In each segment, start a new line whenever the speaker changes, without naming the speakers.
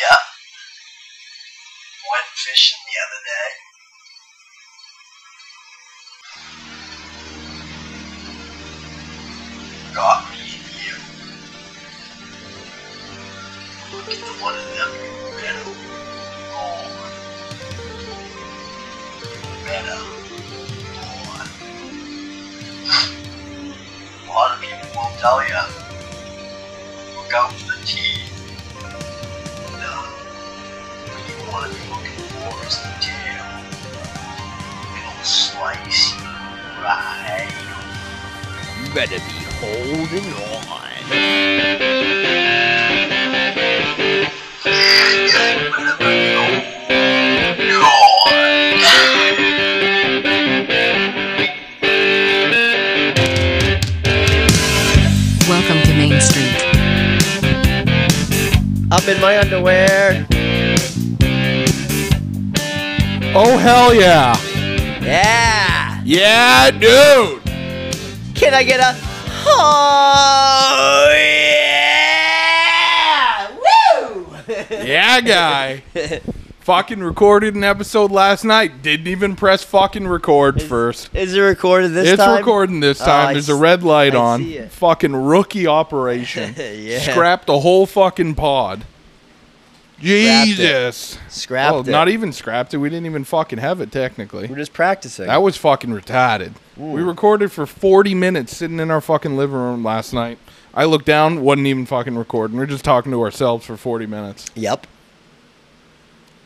Yeah. Went fishing the other day. Got me in here. Look at the one of them meadow. Lawn. Meadow. Lawn. A lot of people will tell you. Look out for the teeth. No. What you want to be looking for is the tail. It'll slice you right.
You better be holding on.
Welcome to Main Street.
Up in my underwear. Oh hell yeah! Yeah!
Yeah, dude.
Can I get a? Oh yeah!
Yeah, guy. fucking recorded an episode last night. Didn't even press fucking record first.
Woo! Is it recorded this
it's
time?
recording this
Oh,
time.
I
There's
s-
a red light
I
on.
see it.
Fucking rookie operation.
Yeah.
Scrapped the whole fucking pod.
it.
Jesus.
Scrapped
Well,
it.
not e- even scrapped it. We didn't even fucking have it technically.
We're just practicing.
That was fucking retarded. We recorded for 40 minutes sitting in our fucking living room last night. I looked down, wasn't even fucking recording. We are just talking to ourselves for 40 minutes.
yep.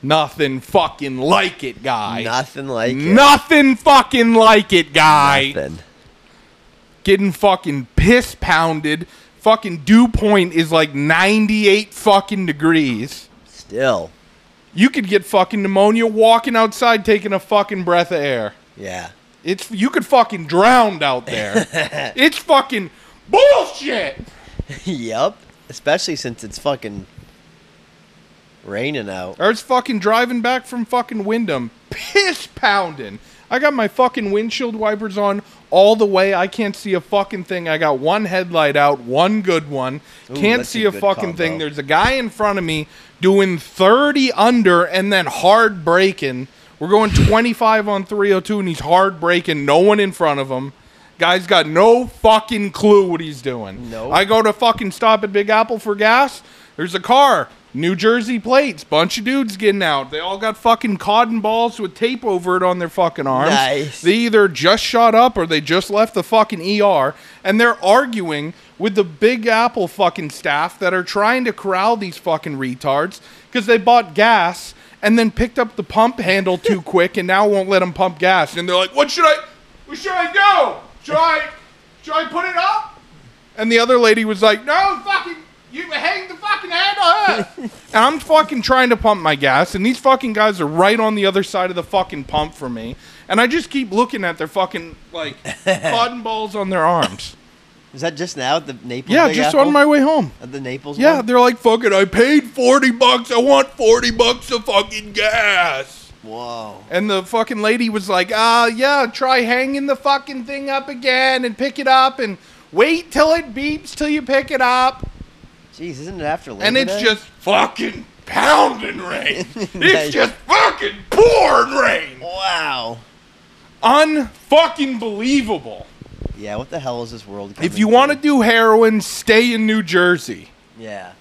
Nothing fucking like it, guy.
Nothing like it.
Nothing fucking like it, guy.
Nothing.
Getting fucking piss pounded. Fucking dew point is like 98 fucking degrees.
Still.
You could get fucking pneumonia walking outside taking a fucking breath of air.
Yeah.
It's you could fucking drown out there. it's fucking bullshit.
yep. Especially since it's fucking raining out.
I was fucking driving back from fucking Wyndham, piss pounding. I got my fucking windshield wipers on all the way. I can't see a fucking thing. I got one headlight out, one good one. can't
that's
see
a
a
good
fucking thing.
combo.
There's a guy in front of me doing 30 under and then hard braking. We're going 25 on 302 and he's hard braking. No one in front of him. Guy's got no fucking clue what he's doing.
Nope.
I go to fucking stop at Big Apple for gas. There's a car, New Jersey plates, bunch of dudes getting out. They all got fucking cotton balls with tape over it on their fucking arms.
Nice.
They either just shot up or they just left the fucking ER and they're arguing with the Big Apple fucking staff that are trying to corral these fucking retards because they bought gas and then picked up the pump handle too quick and now won't let them pump gas. And they're like, what should I, where should I go? Should I, should I put it up? And the other lady was like, no, fucking, you hang the fucking handle up. and I'm fucking trying to pump my gas, and these fucking guys are right on the other side of the fucking pump for me. And I just keep looking at their fucking, like, cotton balls on their arms.
Is that just now at the Naples?
Yeah,
Big
just
Apple?
on my way home.
At the Naples.
Yeah,
one?
they're like, fucking, I paid 40 bucks. I want 40 bucks of fucking gas.
Whoa.
And the fucking lady was like, ah, yeah, try hanging the fucking thing up again and pick it up and wait till it beeps till you pick it up.
Jeez, isn't it after Labor
and it's
Day?
just fucking pounding rain.
Nice.
It's just fucking pouring rain.
wow.
Unfucking believable.
Yeah, what the hell is this world? Coming
If you want to
to,
do heroin, stay in New Jersey.
yeah,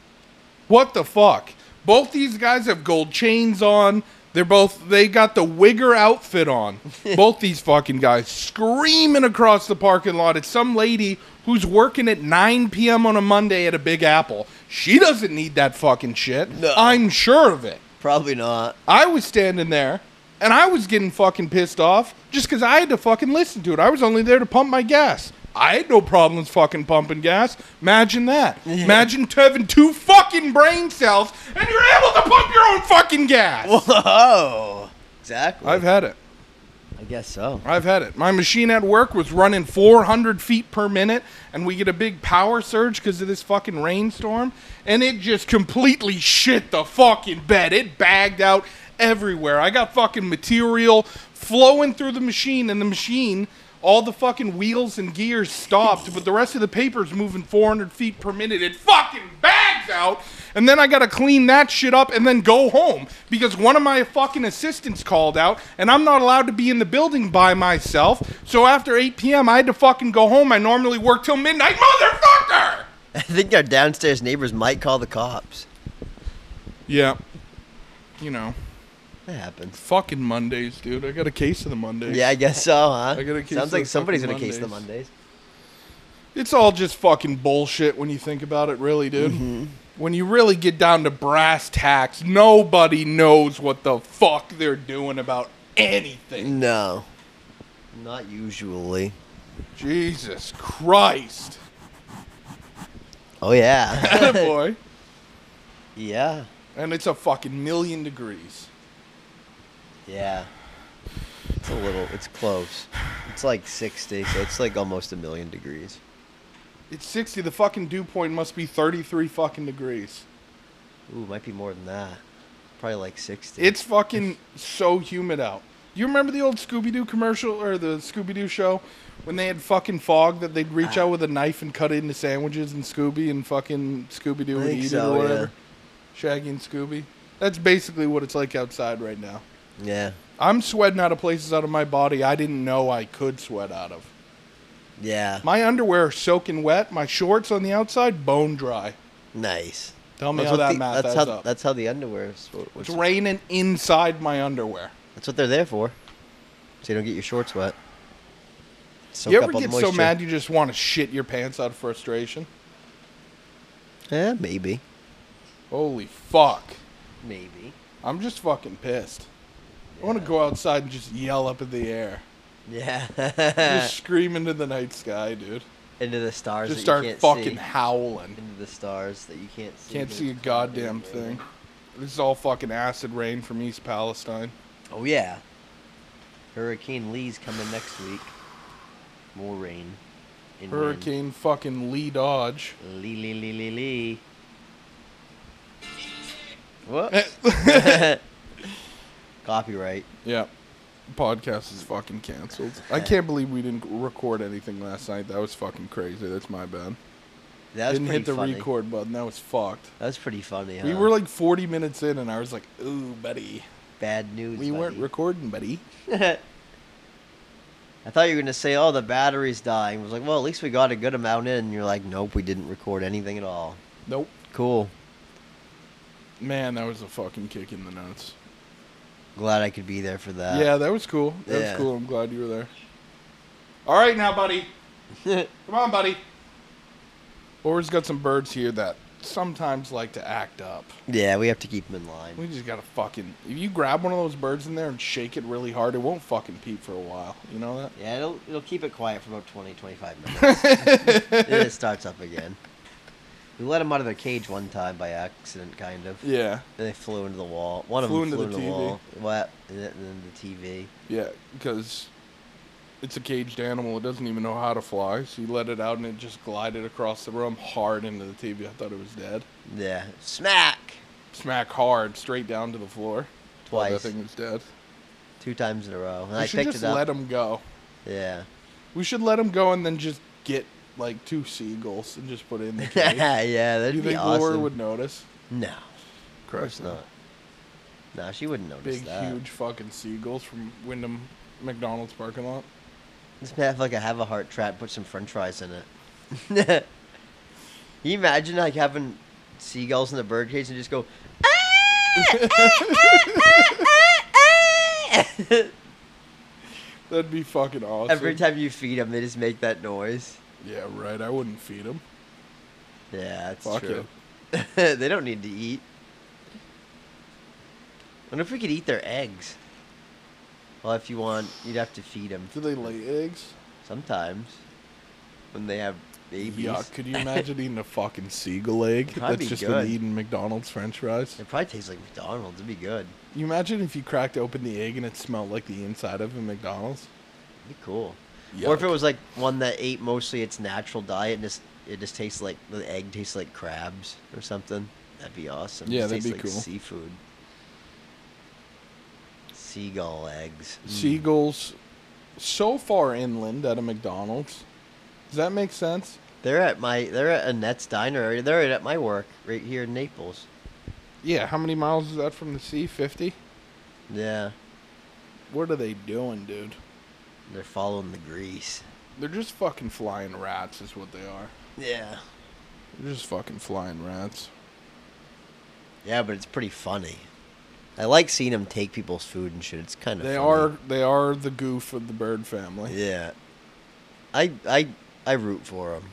What the fuck? Both these guys have gold chains on. They're both they got the wigger outfit on. both these fucking guys screaming across the parking lot at some lady who's working at 9 p.m. on a Monday at a Big Apple. She doesn't need that fucking shit.
No.
I'm sure of it.
probably not.
I was standing there and I was getting fucking pissed off just because I had to fucking listen to it. I was only there to pump my gas. I had no problems fucking pumping gas. Imagine that. Imagine having two fucking brain cells and you're able to pump your own fucking gas.
Whoa, exactly.
I've had it.
I guess so.
I've had it. My machine at work was running 400 feet per minute, and we get a big power surge because of this fucking rainstorm, and it just completely shit the fucking bed. It bagged out everywhere. I got fucking material flowing through the machine, and the machine, all the fucking wheels and gears stopped, but the rest of the paper's moving 400 feet per minute. It fucking bags back out, and then I gotta clean that shit up and then go home because one of my fucking assistants called out, and I'm not allowed to be in the building by myself. So after 8 p.m., I had to fucking go home. I normally work till midnight, motherfucker.
I think our downstairs neighbors might call the cops.
Yeah, you know,
That happens.
fucking Mondays, dude. I got a case of the Mondays.
Yeah, I guess so, huh?
I gotta case
Sounds like
those
somebody's
fucking
gonna case the
Mondays.
Mondays.
It's all just fucking bullshit when you think about it, really, dude. When you really get down to brass tacks, nobody knows what the fuck they're doing about anything.
No, not usually.
Jesus Christ.
Oh yeah,
boy.
yeah,
And it's a fucking million degrees.
yeah. It's a little. It's close. It's like sixty, so it's like almost a million degrees.
It's 60. The fucking dew point must be 33 fucking degrees.
Ooh, might be more than that. Probably like sixty.
It's fucking so humid out. You remember the old Scooby Doo commercial or the Scooby Doo show when they had fucking fog that they'd
Ah.
reach out with a knife and cut it into sandwiches and Scooby and fucking Scooby Doo
I
and
think
eat it
so,
or
yeah.
whatever? Shaggy and Scooby. That's basically what it's like outside right now.
yeah,
I'm sweating out of places out of my body I didn't know I could sweat out of.
yeah.
My underwear are soaking wet. My shorts on the outside, bone dry.
nice.
Tell me
That's
how
what
that
the-
math
that's
adds
how
up.
that's how the underwear. Is, what-
It's
what's-
raining inside my underwear.
that's what they're there for. So you don't get your shorts wet. Soak
you
up
ever
all the
get so
moisture.
mad you just want to shit your pants out of frustration?
Yeah, maybe.
Holy fuck.
Maybe.
I'm just fucking pissed. I want to go outside and just yell up in the air.
Yeah.
Just scream into the night sky, dude.
into the stars.
Just
Uh, that
start
you can't
fucking
See.
howling.
Into the stars that you can't see.
Can't
when
see a
it's
goddamn
cloudy and
thing.
raining.
This is all fucking acid rain from East Palestine.
Oh yeah. Hurricane Lee's coming next week. More rain. and wind.
Hurricane fucking Lee Dodge.
Lee Lee Lee Lee Lee.
Eh,
Whoops. Copyright.
yeah. Podcast is fucking canceled. I can't believe we didn't record anything last night. That was fucking crazy. That's my bad.
That was
didn't
pretty
hit the
funny.
record button. That was fucked.
That was pretty funny.
We
huh?
were like 40 minutes in, and I was like, ooh, buddy.
bad news.
We weren't
buddy.
recording, buddy.
I thought you were gonna say, "Oh, the battery's dying." I was like, "Well, at least we got a good amount in." And you're like, "Nope, we didn't record anything at all."
Nope.
Cool.
Man, that was a fucking kick in the nuts.
Glad I could be there for that.
yeah, that was cool. That
Uh, yeah.
was cool. I'm glad you were there. All right, now, buddy. Come on, buddy. Laura's got some birds here that sometimes like to act up.
Yeah, we have to keep them in line.
We just gotta fucking. If you grab one of those birds in there and shake it really hard, it won't fucking peep for a while. You know that?
Yeah, it'll, it'll keep it quiet for about 20, 25 minutes. then it starts up again. We let them out of their cage one time by accident, kind of.
Yeah,
Then they flew into the wall. One
Flew
of
into
them flew
the
into the,
TV.
wall. What? And then- and then the TV.
yeah, because it's a caged animal. It doesn't even know how to fly. So you let it out and it just glided across the room hard into the TV. I thought it was dead.
Yeah. Smack!
smack hard straight down to the floor. Thought
Twice.
That thing was dead.
Two times in a row. And
we
I
should
picked
just
it up.
let him go.
Yeah.
We should let him go and then just get like two seagulls and just put it in the cage.
yeah, that'd
Do you
be
think
awesome.
Laura would notice?
No.
Of
Of course not. No, she wouldn't notice
Big,
that.
huge fucking seagulls from Wyndham McDonald's parking lot.
Just have like a have a heart trap, put some French fries in it. Can you imagine like having seagulls in the bird cage and just go? "Ah, ah, ah, ah, ah."
That'd be fucking awesome.
Every time you feed them, they just make that noise.
Yeah, right. I wouldn't feed him.
Yeah, that's
Fuck
true. they don't need to eat. wonder if we could eat their eggs. Well, if you want, you'd have to feed them
Do they lay eggs?
sometimes when they have babies.
Yuck. Could you imagine eating a fucking seagull egg
That'd
that's
be
just
good.
been eating McDonald's french fries?
It probably tastes like McDonald's. It'd be good.
You imagine if you cracked open the egg and it smelled like the inside of a McDonald's?
It'd be cool. Or if it
Yuck.
was like one that ate mostly its natural diet and just it just tastes like the egg tastes like crabs or something. That'd be awesome.
Yeah,
Just
that'd
tastes
be
like
cool.
Seafood. Seagull eggs. Mm.
seagulls so far inland at a McDonald's. Does that make sense?
They're at my they're at Annette's diner area. They're right at my work right here in Naples.
Yeah, how many miles is that from the sea? 50?
Yeah.
What are they doing, dude?
They're following the grease.
They're just fucking flying rats, is what they are.
Yeah.
They're just fucking flying rats.
Yeah, but it's pretty funny. I like seeing them take people's food and shit. It's kind of
They
funny.
are they are the goof of the bird family.
Yeah. I I I root for them.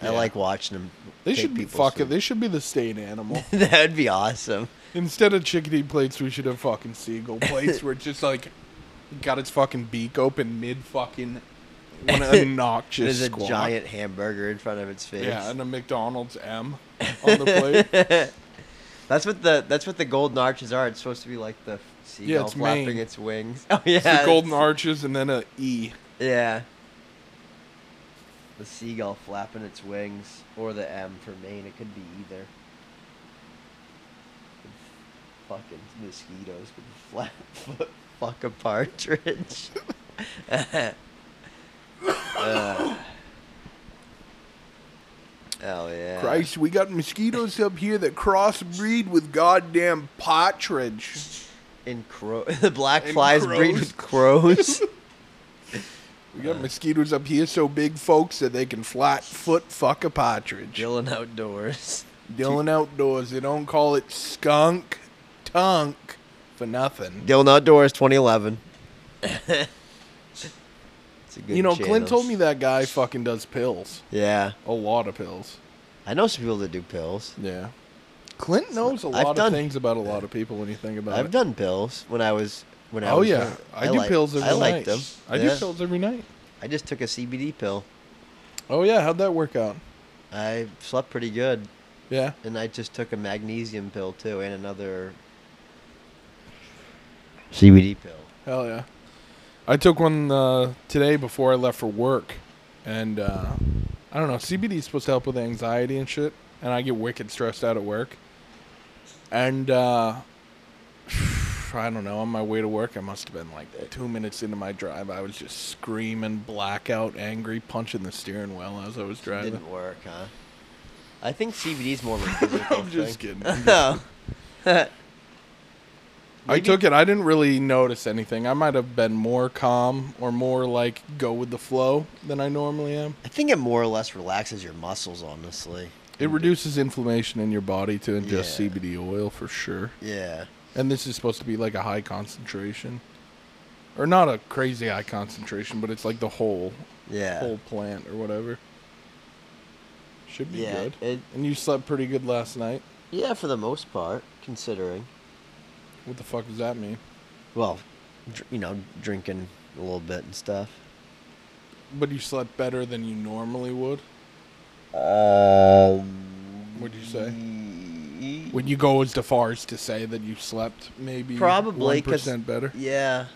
Yeah.
I like watching them.
They should be fucking. They should be the state animal.
That'd be awesome.
Instead of chickadee plates, we should have fucking seagull plates, where it's just like got its fucking beak open mid fucking one obnoxious.
There's a
squawk.
giant hamburger in front of its face.
Yeah, and a McDonald's M on the plate.
That's what the that's what the golden arches are. It's supposed to be like the seagull
it's
flapping
Maine.
its wings. Oh yeah,
the golden
it's-
arches and then a E.
Yeah, the seagull flapping its wings, or the M for Maine. It could be either. Fucking mosquitoes could flap fuck- fuck a partridge. uh, oh yeah.
Christ, we got mosquitoes up here that crossbreed with goddamn partridge.
And crow, the black
And
flies breed
crows.
with crows.
We got mosquitoes up here so big, folks, that they can flat foot fuck a partridge.
Chilling outdoors.
Dylan Outdoors, they don't call it skunk tunk for nothing.
Dylan Outdoors 2011. it's a good
you know,
channel.
Clint told me that guy fucking does pills.
Yeah.
A lot of pills.
I know some people that do pills.
Yeah. Clint knows a
I've
lot of
done-
things about a lot of people when you think about
I've
it.
done pills when I was when I
oh
was
yeah,
young.
I, do
like-
pills every
I
night.
liked them.
I
Yeah.
do pills every night.
I just took a CBD pill.
Oh yeah, how'd that work out?
I slept pretty good
Yeah.
and I just took a magnesium pill too and another CBD pill.
Hell yeah. I took one uh, today before I left for work, and uh, I don't know. CBD is supposed to help with anxiety and shit, and I get wicked stressed out at work. And uh, I don't know. On my way to work, I must have been like two minutes into my drive. I was just screaming, blackout, angry, punching the steering wheel as I was driving.
Didn't work, huh? I think CBD is more of a physical
I'm just
thing.
kidding. I'm
Oh.
I
Maybe-
took it. I didn't really notice anything. I might have been more calm or more like go with the flow than I normally am.
I think it more or less relaxes your muscles, honestly.
It reduces inflammation in your body to ingest
Yeah.
CBD oil for sure.
Yeah.
And this is supposed to be like a high concentration, or not a crazy high concentration, but it's like the whole
Yeah.
whole plant or whatever. Should be
Yeah,
good.
it-
and you slept pretty good last night.
Yeah, for the most part, considering.
What the fuck does that mean?
Well, dr- you know, drinking a little bit and stuff.
But you slept better than you normally would.
Um.
Would you say? Would you go as far as to say that you slept maybe
Probably
one percent better?
Yeah.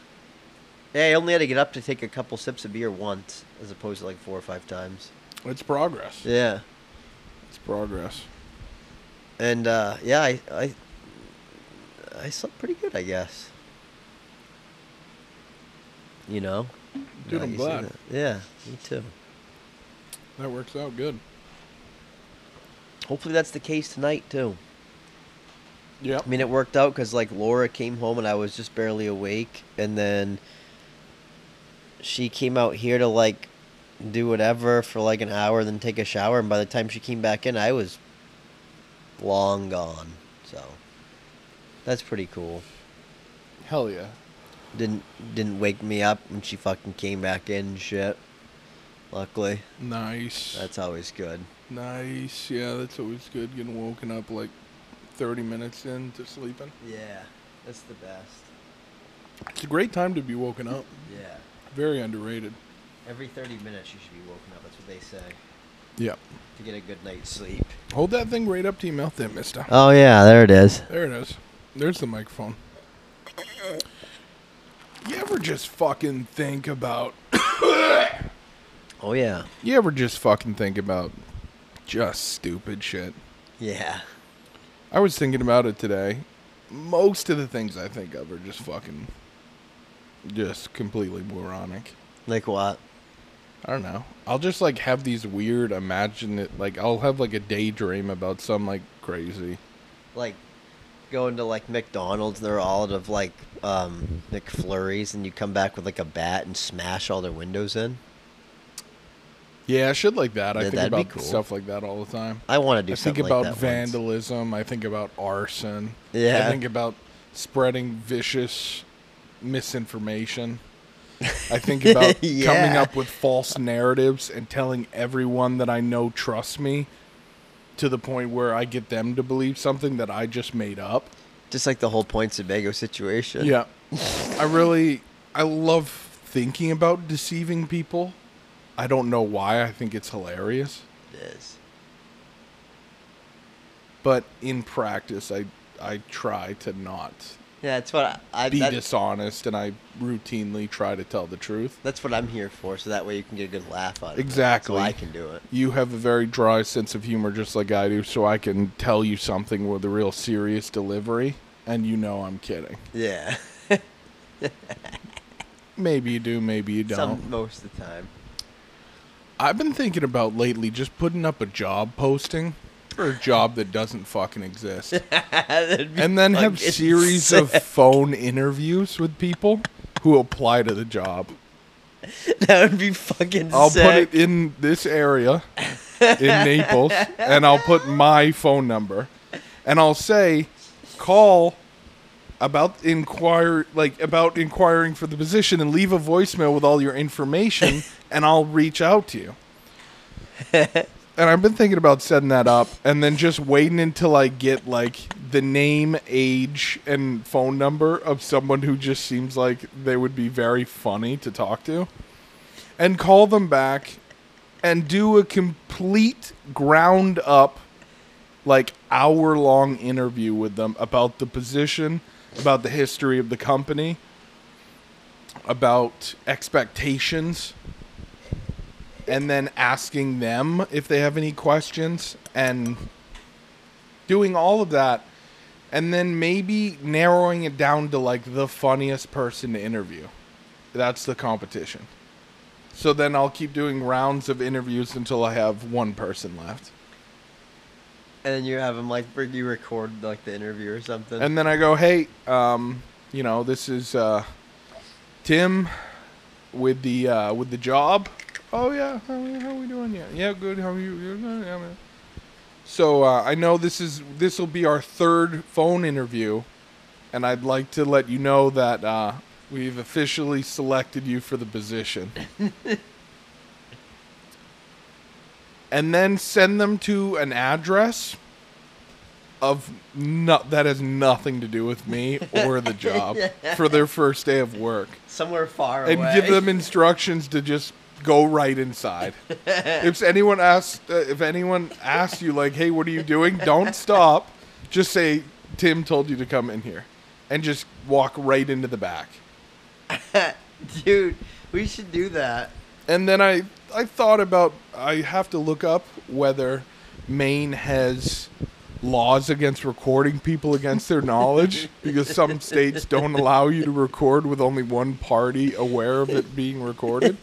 Yeah, I only had to get up to take a couple sips of beer once, as opposed to like four or five times.
It's progress.
Yeah.
It's progress.
And uh, yeah, I, I I slept pretty good, I guess. You know.
Dude,
Now
I'm
you say
glad.
that. Yeah, me too.
That works out good.
Hopefully that's the case tonight too.
Yep.
I mean, it worked out because like Laura came home and I was just barely awake, and then she came out here to like do whatever for like an hour, then take a shower, and by the time she came back in, I was long gone. So that's pretty cool.
Hell yeah.
Didn't didn't wake me up when she fucking came back in and shit. Luckily,
Nice.
that's always good.
nice. Yeah, that's always good. Getting woken up like 30 minutes into sleeping.
Yeah, that's the best.
It's a great time to be woken up.
Yeah,
Very underrated.
every thirty minutes you should be woken up. That's what they say.
Yep.
to get a good night's sleep.
Hold that thing right up to your mouth there, mister.
Oh yeah, there it is.
There it is. There's the microphone. You ever just fucking think about.
Oh yeah.
You ever just fucking think about just stupid shit?
Yeah.
I was thinking about it today. Most of the things I think of are just fucking. Just completely moronic.
Like what?
I don't know. I'll just like have these weird imagine it like I'll have like a daydream about some like crazy.
Like going to like McDonald's, they're all out of like um, McFlurries, and you come back with like a bat and smash all their windows in.
Yeah, shit like that. I
Yeah,
think
that'd be
about
cool.
stuff like that all the time.
I want to do
I think
something
about
like that. once.
vandalism. I think about arson. I
Yeah.
think about spreading vicious misinformation. I think about coming
Yeah.
up with false narratives and telling everyone that I know trusts me to the point where I get them to believe something that I just made up.
Just like the whole points of Bago situation.
Yeah. I really I love thinking about deceiving people. I don't know why. I think it's hilarious.
It is.
But in practice I I try to not
Yeah, that's what I. I
be
that-
dishonest and I routinely try to tell the truth.
That's what I'm here for, so that way you can get a good laugh out of it.
Exactly.
That's why I can do it.
You have a very dry sense of humor just like I do, so I can tell you something with a real serious delivery and you know I'm kidding.
Yeah.
Maybe you do, maybe you don't.
Some most of the time.
I've been thinking about lately just putting up a job posting for a job that doesn't fucking exist.
That'd be
and then have
fucking
series
sick.
of phone interviews with people who apply to the job.
that would be fucking
I'll
sick.
put it in this area in Naples and I'll put my phone number and I'll say call about inquire like about inquiring for the position and leave a voicemail with all your information and I'll reach out to you. and I've been thinking about setting that up and then just waiting until I get like the name, age, and phone number of someone who just seems like they would be very funny to talk to and call them back and do a complete ground up like hour long interview with them about the position, about the history of the company, about expectations, and then asking them if they have any questions and doing all of that and then maybe narrowing it down to like the funniest person to interview. That's the competition. So then I'll keep doing rounds of interviews until I have one person left.
and then you have him like bring you record like the interview or something.
And then I go, hey, um, you know, this is uh, Tim with the uh, with the job. Oh yeah, how are how we doing? Yeah, yeah, good. How are you? "Yeah, good, yeah, man." So uh, I know this is this will be our third phone interview, and I'd like to let you know that uh, we've officially selected you for the position. and then send them to an address of no, that has nothing to do with me or the job for their first day of work
somewhere far
and
away.
give them instructions to just go right inside. if anyone asks, uh, if anyone asks you like, "Hey, what are you doing?" Don't stop. Just say, "Tim told you to come in here," and just walk right into the back.
Dude, we should do that.
And then I, I thought about I have to look up whether Maine has laws against recording people against their knowledge because some states don't allow you to record with only one party aware of it being recorded.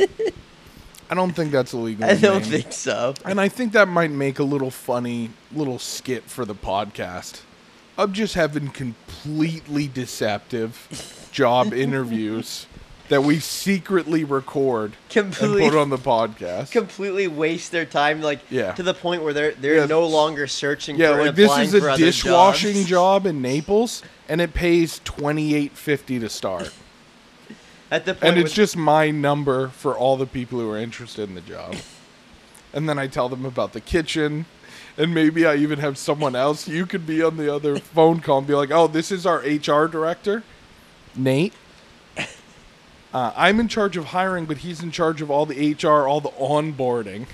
I don't think that's illegal.
I
in
don't
Maine.
think so.
And I think that might make a little funny little skit for the podcast of just having completely deceptive job interviews that we secretly record
Complete-
and put on the podcast.
Completely waste their time, like
Yeah.
to the point where they're they're
Yeah.
no longer searching.
yeah,
for and
like this
applying
is
for
a
other
dishwashing
jobs.
job in Naples and it pays 28.50 to start.
At the point
and it's
with-
just my number for all the people who are interested in the job. and then I tell them about the kitchen, and maybe I even have someone else. You could be on the other phone call and be like, "Oh, this is our HR director, Nate. Uh, I'm in charge of hiring, but he's in charge of all the HR, all the onboarding."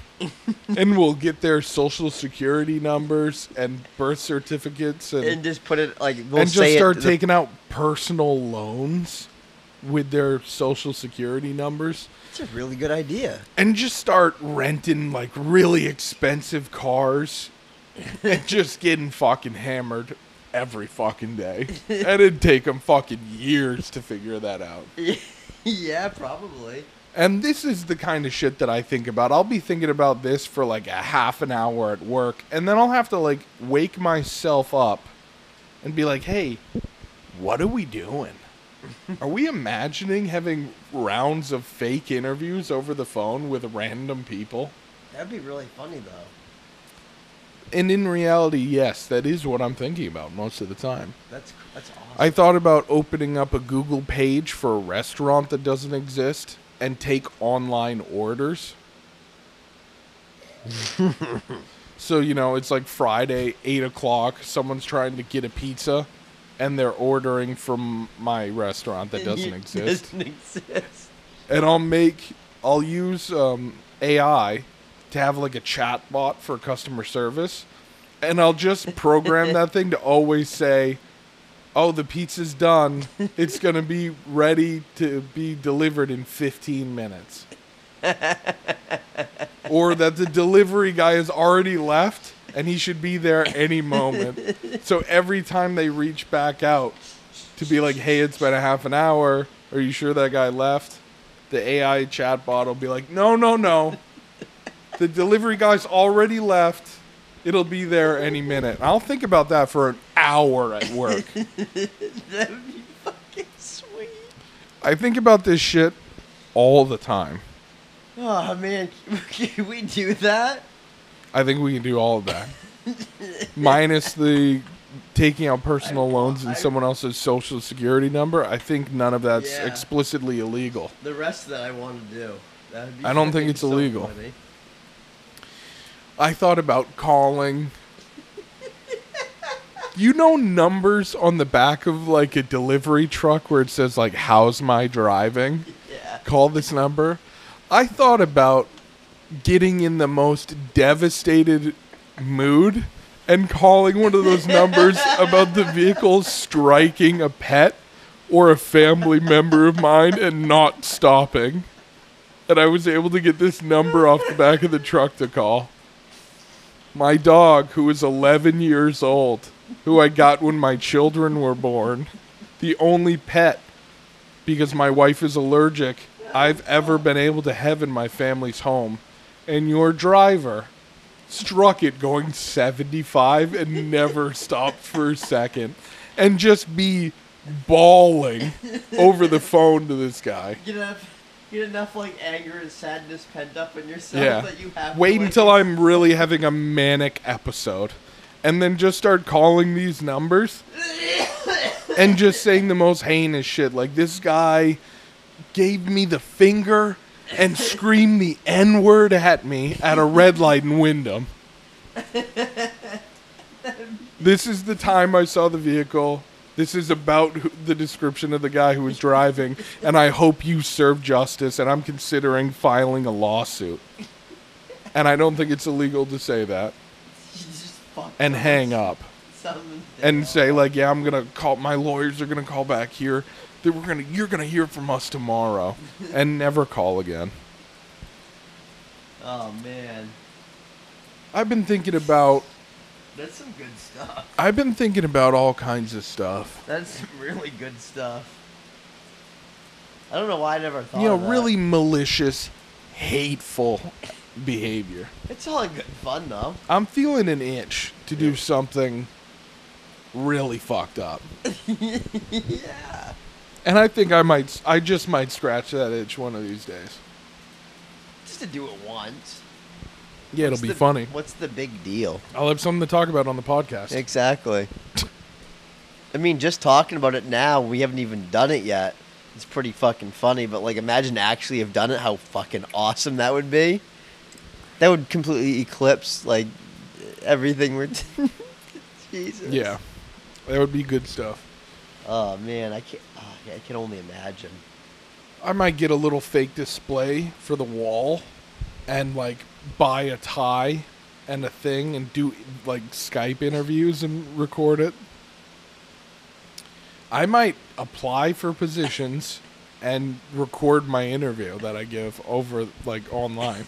and we'll get their social security numbers and birth certificates and,
and just put it like we'll
and just
say it
start
to the-
taking out personal loans with their social security numbers
It's a really good idea.
and just start renting like really expensive cars and just getting fucking hammered every fucking day. And it'd take them fucking years to figure that out.
yeah, probably.
And this is the kind of shit that I think about. I'll be thinking about this for like a half an hour at work, and then I'll have to like wake myself up and be like, hey, what are we doing? Are we imagining having rounds of fake interviews over the phone with random people?
That'd be really funny though.
And in reality, yes, that is what I'm thinking about most of the time.
That's that's awesome.
I thought about opening up a Google page for a restaurant that doesn't exist and take online orders. so, you know, it's like Friday, 8 o'clock, someone's trying to get a pizza and they're ordering from my restaurant that doesn't exist.
Doesn't exist.
And I'll make, I'll use um, AI to have like a chat bot for customer service. And I'll just program that thing to always say, oh, the pizza's done. It's going to be ready to be delivered in 15 minutes. or that the delivery guy has already left and he should be there any moment. So every time they reach back out to be like, hey, it's been a half an hour. Are you sure that guy left? The AI chatbot will be like, no, no, no. The delivery guy's already left. It'll be there any minute. I'll think about that for an hour at work.
That would be fucking sweet.
I think about this shit all the time.
Oh man, can we do that?
I think we can do all of that. Minus the taking out personal loans and
I-
someone else's social security number. I think none of that's
Yeah.
explicitly illegal.
The rest of that I want to do. That would be
I don't think
fucking
it's
so
illegal.
funny.
I thought about calling. You know numbers on the back of like a delivery truck where it says like how's my driving?
Yeah.
Call this number. I thought about getting in the most devastated mood and calling one of those numbers about the vehicle striking a pet or a family member of mine and not stopping. And I was able to get this number off the back of the truck to call. My dog, who is 11 years old, who I got when my children were born, the only pet because my wife is allergic I've ever been able to have in my family's home. And your driver struck it going 75 and never stopped for a second and just be bawling over the phone to this guy.
Get enough, get enough like anger and sadness pent up in yourself
Yeah.
that you have. to,
Wait
like,
until I'm really having a manic episode and then just start calling these numbers and just saying the most heinous shit. Like, this guy gave me the finger and screamed the N word at me at a red light in Wyndham. This is the time I saw the vehicle. This is about who, the description of the guy who was driving, and I hope you serve justice. And I'm considering filing a lawsuit. And I don't think it's illegal to say that.
you just fuck
And
up
hang up.
something
And
else.
say like, yeah, I'm gonna call. My lawyers are gonna call back here. That we're gonna, you're gonna hear from us tomorrow, and never call again.
Oh man,
I've been thinking about.
that's some good stuff.
I've been thinking about all kinds of stuff.
That's some really good stuff. I don't know why I never thought.
you know,
of that.
really malicious, hateful behavior.
It's all in good fun though.
I'm feeling an itch to do something really fucked up.
yeah.
And I think I might I just might scratch that itch one of these days.
Just to do it once.
Yeah, it'll
What's
be
the-
funny.
What's the big deal?
I'll have something to talk about on the podcast.
Exactly. I mean, just talking about it now, we haven't even done it yet. It's pretty fucking funny, but like, imagine actually have done it, how fucking awesome that would be. That would completely eclipse like everything we're. doing. Jesus.
Yeah. That would be good stuff.
Oh man, I can not I can only imagine.
I might get a little fake display for the wall and like buy a tie and a thing and do like Skype interviews and record it. I might apply for positions and record my interview that I give over like online.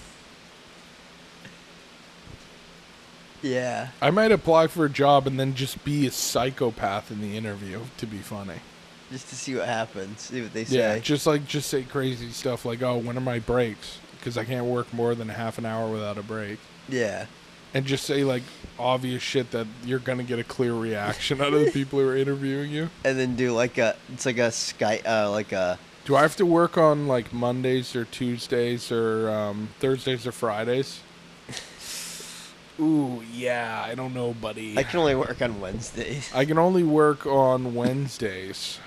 Yeah.
I might apply for a job and then just be a psychopath in the interview to be funny.
just to see what happens, see what they say.
Yeah, just like just say crazy stuff like, "Oh, when are my breaks?" Because I can't work more than a half an hour without a break,
yeah.
and just say like obvious shit that you're gonna get a clear reaction out of the people who are interviewing you.
and then do like a it's like a sky uh, like a
Do I have to work on like Mondays or Tuesdays or um, Thursdays or Fridays? Ooh, yeah, I don't know, buddy.
I can only work on Wednesdays.
I can only work on Wednesdays.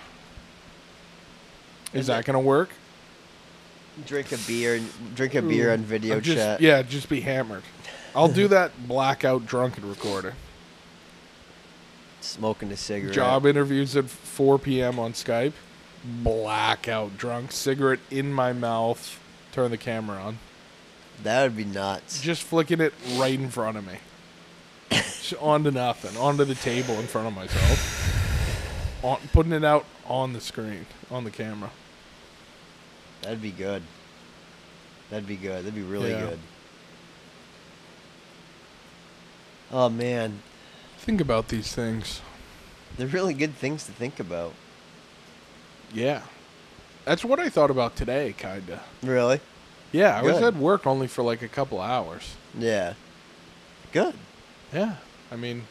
Is
Is
that
it-
gonna work?
Drink a beer and drink a beer on video
I'm just,
chat.
Yeah, just be hammered. I'll do that blackout drunken recording.
Smoking a cigarette.
Job interviews at 4 p.m. on Skype. Blackout drunk, cigarette in my mouth. Turn the camera on.
That would be nuts.
Just flicking it right in front of me. Just onto nothing. Onto the table in front of myself. On, putting it out on the screen, on the camera.
That'd be good. That'd be good. That'd be really
Yeah.
good. Oh man,
Think about these things.
they're really good things to think about.
Yeah. That's what I thought about today, kinda.
Really?
Yeah, I was
Good.
at work only for like a couple hours.
Yeah. Good.
Yeah, I mean,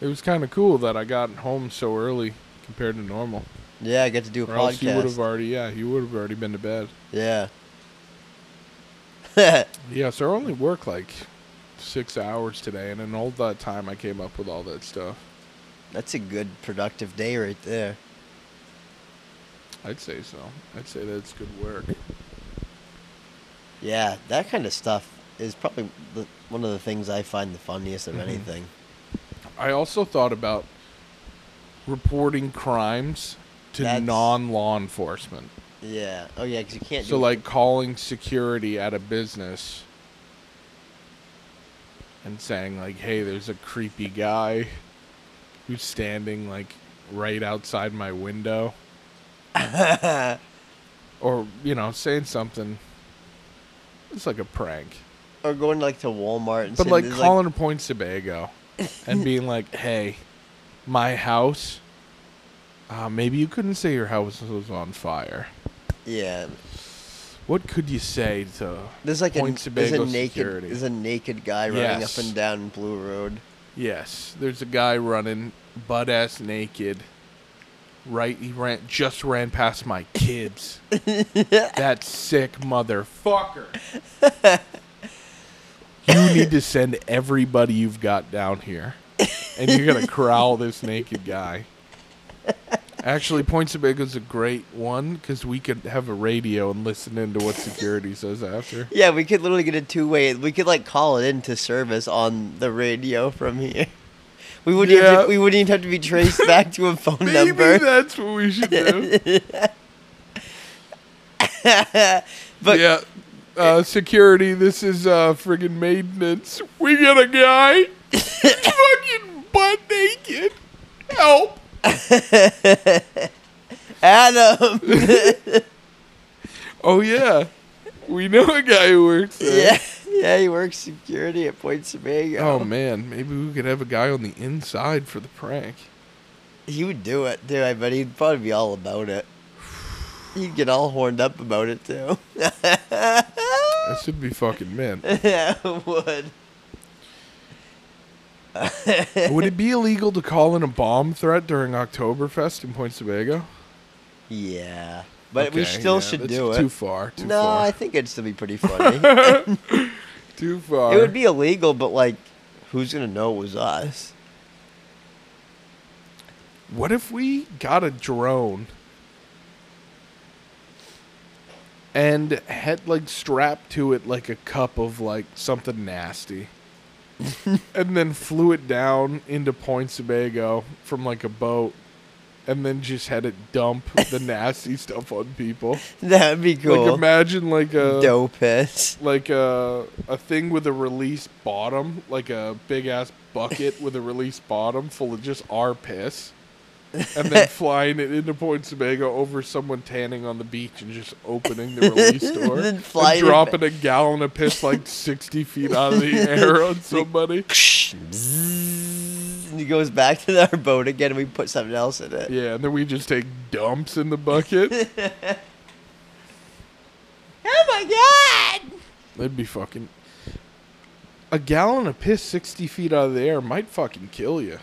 it was kind of cool that I got home so early compared to normal.
Yeah, I get to do a
Or else you would have
podcast.
already, yeah, you would have already been to bed.
Yeah.
Yeah, so I only worked like six hours today, and in all that time, I came up with all that stuff.
That's a good productive day right there.
I'd say so. I'd say that's good work.
Yeah, that kind of stuff is probably the, one of the things I find the funniest
Mm-hmm.
of anything.
I also thought about reporting crimes to
That's-
non law enforcement.
Yeah. Oh yeah, because you can't.
So
do
like calling security at a business and saying like, "Hey, there's a creepy guy who's standing like right outside my window." or, you know, saying something it's like a prank.
or going like to Walmart and
But
saying,
like
there's,
calling Point Sebago and being like, "Hey, my house uh, maybe you couldn't say your house was on fire.
yeah.
What could you say to
There's like a,
Point
there's a
Sebago
naked
security.
there's a naked guy running
Yes.
up and down Blue Road.
Yes, there's a guy running butt ass naked. Right, he ran just ran past my kids. that sick motherfucker. you need to send everybody you've got down here, and you're gonna corral this naked guy. Actually, Point Sebago's a great one because we could have a radio and listen into what security says after.
Yeah, we could literally get a two way. We could like call it into service on the radio from here. We wouldn't even
Yeah.
we wouldn't even have to be traced back to a phone
Maybe
number.
that's what we should do.
but
yeah. Uh, security, this is uh, friggin' maintenance. We got a guy fucking butt naked. Help.
Adam,
Oh, yeah. We know a guy who works there.
yeah, yeah, he works security at Point Sebago.
Oh, man. Maybe we could have a guy on the inside for the prank.
He would do it too. I bet he'd probably be all about it. He'd get all horned up about it too.
That should be fucking mint.
yeah, it would.
Would it be illegal to call in a bomb threat during Oktoberfest in Point Sebago?
Yeah, but we
Okay,
still
yeah,
should
that's
do it.
Too far. Too
no,
far.
I think it'd still be pretty funny. it
too far.
would be illegal, but like, who's gonna know it was us?
What if we got a drone and had like strapped to it like a cup of like something nasty? and then flew it down into Point Sebago from like a boat and then just had it dump the nasty stuff on people.
That'd be
Like
cool.
imagine like a
Dope piss.
like a a thing with a release bottom, like a big ass bucket with a release bottom full of just our piss, and then flying it into Point Sebago over someone tanning on the beach and just opening the release door,
Then
and
flying it ba-
dropping a gallon of piss like sixty feet out of the air on somebody.
Bzzz, and it goes back to our boat again, and we put something else in it.
Yeah, and then we just take dumps in the bucket.
Oh my god!
That'd be fucking. A gallon of piss 60 feet out of the air might fucking kill you.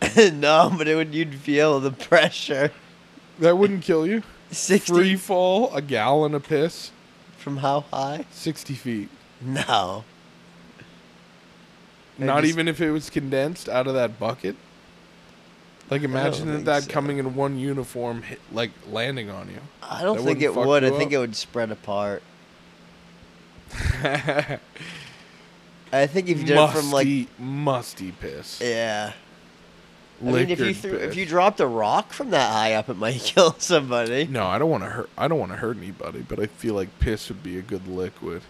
no, but it would you'd feel the pressure.
That wouldn't kill you.
Sixty
Free fall, a gallon of piss,
from how high?
60 feet.
No. I
Not
just-
even if it was condensed out of that bucket. Like imagine that
think
that
so.
coming in one uniform, hit, like landing on you.
I don't
That
think
wouldn't
it
fuck
would. I
you
think
up.
it would spread apart. I think if you did it
musty,
from like
musty piss.
yeah. I mean, if you
Liquid
threw, if
piss.
you dropped a rock from that high up, it might kill somebody.
No, I don't want to hurt. I don't want to hurt anybody, but I feel like piss would be a good liquid.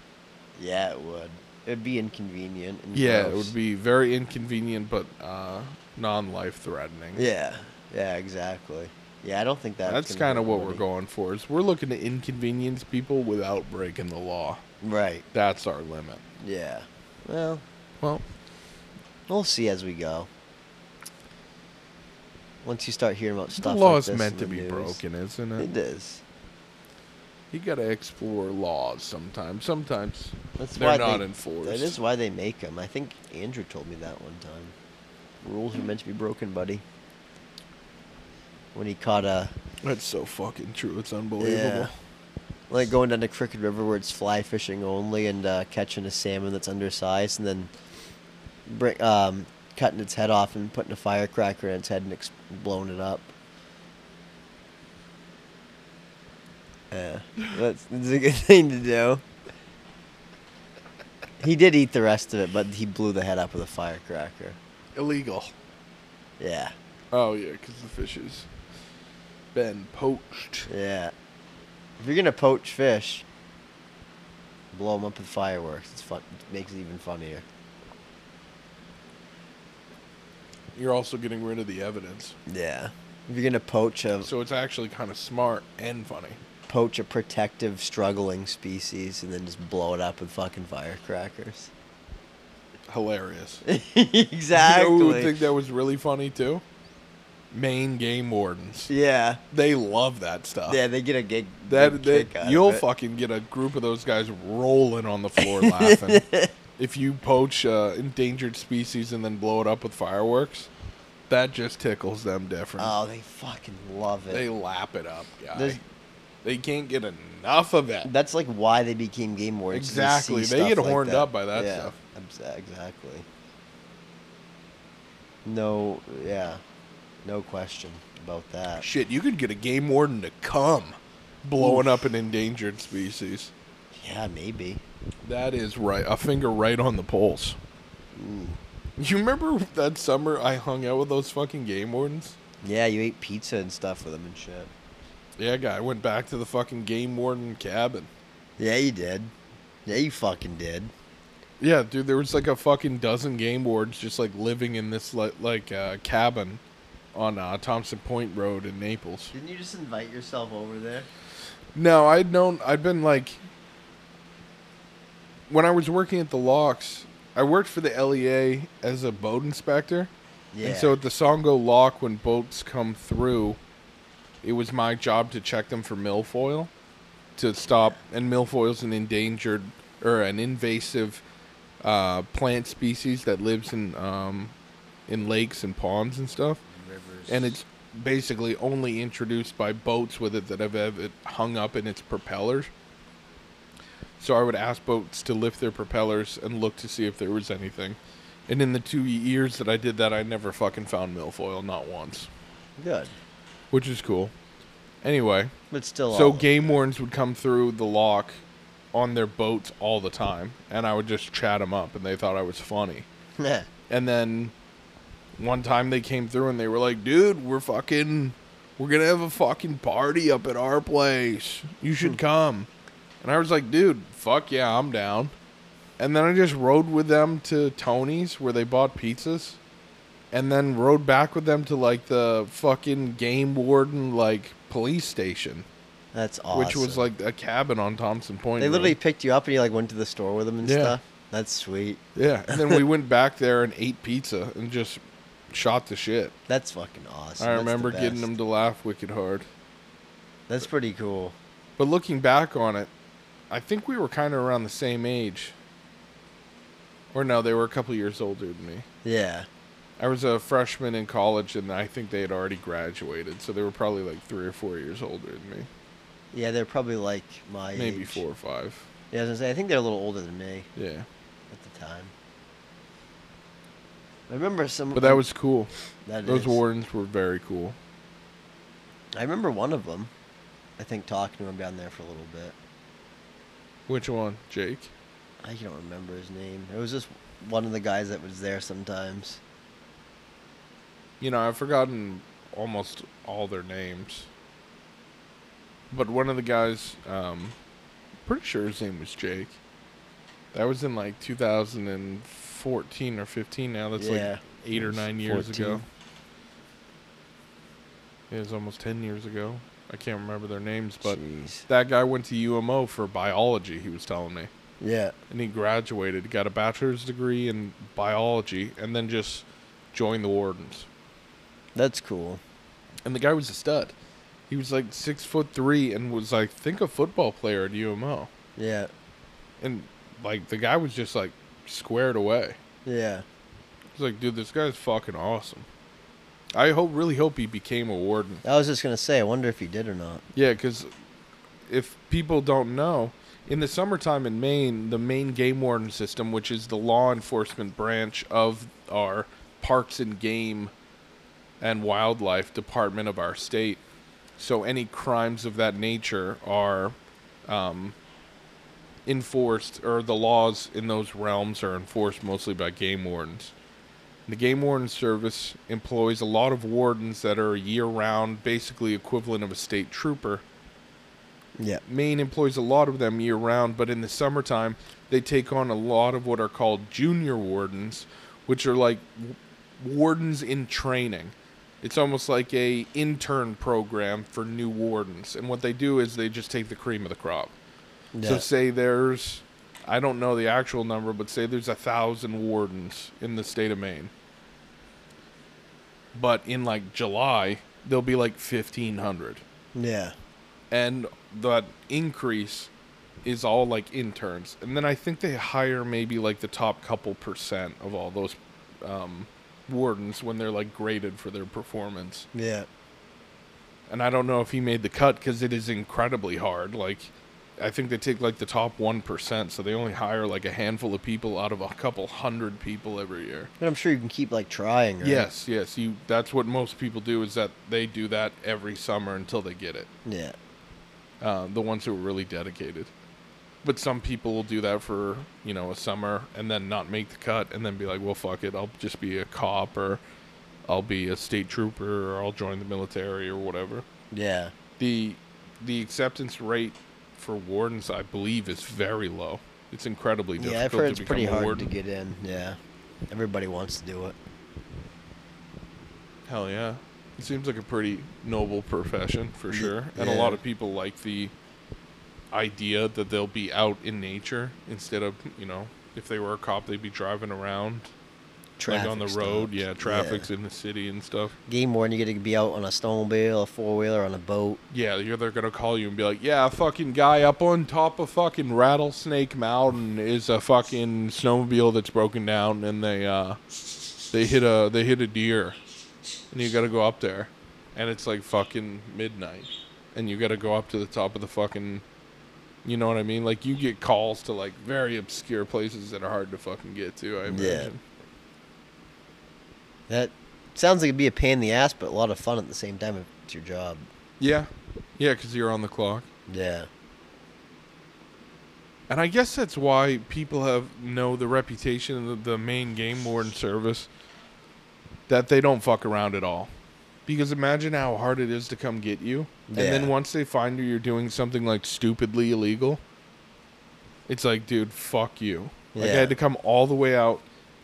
Yeah, it would. It'd be inconvenient. And
Yeah, it
gross.
would be very inconvenient, but uh, non-life threatening.
Yeah, yeah, exactly. Yeah, I don't think that's.
that's
gonna
kind of
hurt
what we're
anybody.
going for. Is we're looking to inconvenience people without breaking the law.
Right.
That's our limit.
Yeah. Well,
Well,
we'll see as we go. Once you start hearing about stuff,
the law
like
is
this
meant
in
to
the
be
news.
broken, isn't it?
It is.
You gotta explore laws sometimes. Sometimes
That's
they're
why
not
they,
enforced.
That is why they make them. I think Andrew told me that one time. Rules are meant to be broken, buddy. When he caught a
That's so fucking true. It's unbelievable.
Yeah. Like going down to Crooked River where it's fly fishing only and uh, catching a salmon that's undersized and then bri- um, cutting its head off and putting a firecracker in its head and ex- blowing it up. Yeah, that's, that's a good thing to do. He did eat the rest of it, but he blew the head up with a firecracker.
Illegal.
Yeah,
Oh yeah, because the fish has been poached.
yeah. If you're gonna poach fish, blow them up with fireworks. It's fun. It makes it even funnier.
You're also getting rid of the evidence,
Yeah. If you're gonna poach a
so it's actually kind of smart and funny.
poach a protective struggling species and then just blow it up with fucking firecrackers.
Hilarious. You know who would
exactly.
think that was really funny too? Maine game wardens.
yeah.
They love that stuff.
Yeah, they get a gig.
That,
big
that
kick out of
you'll
it.
fucking get a group of those guys rolling on the floor laughing if you poach uh, endangered species and then blow it up with fireworks. That just tickles them different.
Oh, they fucking love it.
they lap it up, guy.
There's-
they can't get enough of it.
That's like why they became game wardens. is
Exactly.
see
They get
stuff like
horned
that.
up by that
yeah,
stuff.
abs- Exactly. No, yeah, no question about that.
Shit, you could get a game warden to come blowing up an endangered species.
Yeah, maybe.
That is right. A finger right on the pulse. You remember that summer I hung out with those fucking game wardens?
Yeah, you ate pizza and stuff with them and shit.
Yeah, guy. I went back to the fucking game warden cabin.
Yeah, you did. Yeah, you fucking did.
Yeah, dude, there was like a fucking dozen game wardens just like living in this like, like uh, cabin on uh, Thompson Point Road in Naples.
Didn't you just invite yourself over there?
No, I'd known. I'd been like, when I was working at the locks, I worked for the LEA as a boat inspector.
Yeah.
And so at the Songo Lock, when boats come through, it was my job to check them for milfoil, to stop. And milfoil's an endangered or an invasive uh, plant species that lives in um, in lakes and ponds and stuff.
Rivers.
And it's basically only introduced by boats with it that have have it hung up in its propellers. So I would ask boats to lift their propellers and look to see if there was anything. And in the two years that I did that, I never fucking found milfoil, not once,
good,
which is cool. Anyway,
but still.
so
all-
game wardens would come through the lock on their boats all the time, and I would just chat them up, and they thought I was funny.
Nah.
And then one time they came through and they were like, dude, we're fucking, we're going to have a fucking party up at our place. You
Hmm.
should come. And I was like, dude, fuck yeah, I'm down. And then I just rode with them to Tony's where they bought pizzas. And then rode back with them to like the fucking game warden, like police station,
that's awesome.
which was like a cabin on Thompson Point.
they
Road.
literally picked you up and you like went to the store with them and
Yeah.
stuff. That's sweet.
Yeah, and then we went back there and ate pizza and just shot to shit.
That's fucking awesome.
I
That's the
remember getting
best.
them to laugh wicked hard.
That's pretty cool.
But looking back on it, I think we were kind of around the same age. Or no, they were a couple years older than me.
Yeah.
I was a freshman in college, and I think they had already graduated, so they were probably like three or four years older than me,
Yeah, they're probably like my
maybe
age.
four or five.
Yeah, I was gonna say I think they're a little older than me
Yeah,
at the time. I remember some.
but that was cool.
that
Those
is.
wardens were very cool.
I remember one of them. I think talking to him down there for a little bit.
Which one, Jake?
I don't remember his name. It was just one of the guys that was there sometimes.
You know, I've forgotten almost all their names. But one of the guys, um, pretty sure his name was Jake. That was in like 2014 or 15 now. That's
Yeah.
like eight or
It's
nine years ago.
14.
It was almost 10 years ago. I can't remember their names, but
Jeez.
that guy went to UMO for biology, he was telling me
Yeah.
and he graduated, got a bachelor's degree in biology, and then just joined the Wardens.
That's cool.
And the guy was a stud. He was like six foot three and was like think a football player at UMO.
Yeah.
And like the guy was just like squared away.
Yeah.
He's like, dude, this guy's fucking awesome. I hope, really hope he became a warden.
I was just gonna say. I wonder if he did or not.
Yeah, because if people don't know, in the summertime in Maine, the Maine Game Warden System, which is the law enforcement branch of our Parks and Game and Wildlife Department of our state, so any crimes of that nature are um, enforced, or the laws in those realms are enforced mostly by game wardens. The Game Warden Service employs a lot of wardens that are year round, basically equivalent of a state trooper.
Yeah.
Maine employs a lot of them year round, but in the summertime, they take on a lot of what are called junior wardens, which are like w- wardens in training. It's almost like a intern program for new wardens. And what they do is they just take the cream of the crop.
Yeah.
So say there's, I don't know the actual number, but say there's a thousand wardens in the state of Maine. But in like July, there'll be like fifteen hundred,
yeah.
and that increase is all like interns. And then I think they hire maybe like the top couple percent of all those um, wardens when they're like graded for their performance
Yeah.
and I don't know if he made the cut because it is incredibly hard. Like, I think they take like the top one percent, so they only hire like a handful of people out of a couple hundred people every year.
But I'm sure you can keep like trying. Right?
Yes, yes, you. That's what most people do is that they do that every summer until they get it.
Yeah.
Uh, the ones who are really dedicated. But some people will do that for you know a summer and then not make the cut and then be like, well, fuck it, I'll just be a cop or I'll be a state trooper or I'll join the military or whatever
Yeah.
the the acceptance rate for wardens, I believe, is very low. It's incredibly difficult.
Yeah. I've heard
to
it's
become
pretty
a
hard
warden.
to get in. Yeah. Everybody wants to do it.
Hell yeah, it seems like a pretty noble profession for sure, and a
yeah.
lot of people like the idea that they'll be out in nature instead of you know if they were a cop they'd be driving around like on the
Traffic
road
stops.
yeah traffic's in the city and stuff
Game warden, you get to be out on a snowmobile, a four wheeler, on a boat.
Yeah, you're, they're gonna call you and be like, "Yeah, a fucking guy up on top of fucking Rattlesnake Mountain is a fucking snowmobile that's broken down, and they uh, they hit a they hit a deer, and you gotta go up there, and it's like fucking midnight, and you gotta go up to the top of the fucking, you know what I mean? Like you get calls to like very obscure places that are hard to fucking get to. I imagine.
That sounds like it'd be a pain in the ass, but a lot of fun at the same time. If it's your job.
Yeah, yeah, because you're on the clock.
Yeah.
And I guess that's why people have know the reputation of the main game warden service that they don't fuck around at all. Because imagine how hard it is to come get you. And then
Yeah.
once they find you you're doing something like stupidly illegal, it's like, dude, fuck you. Like I
Yeah.
had to come all the way out.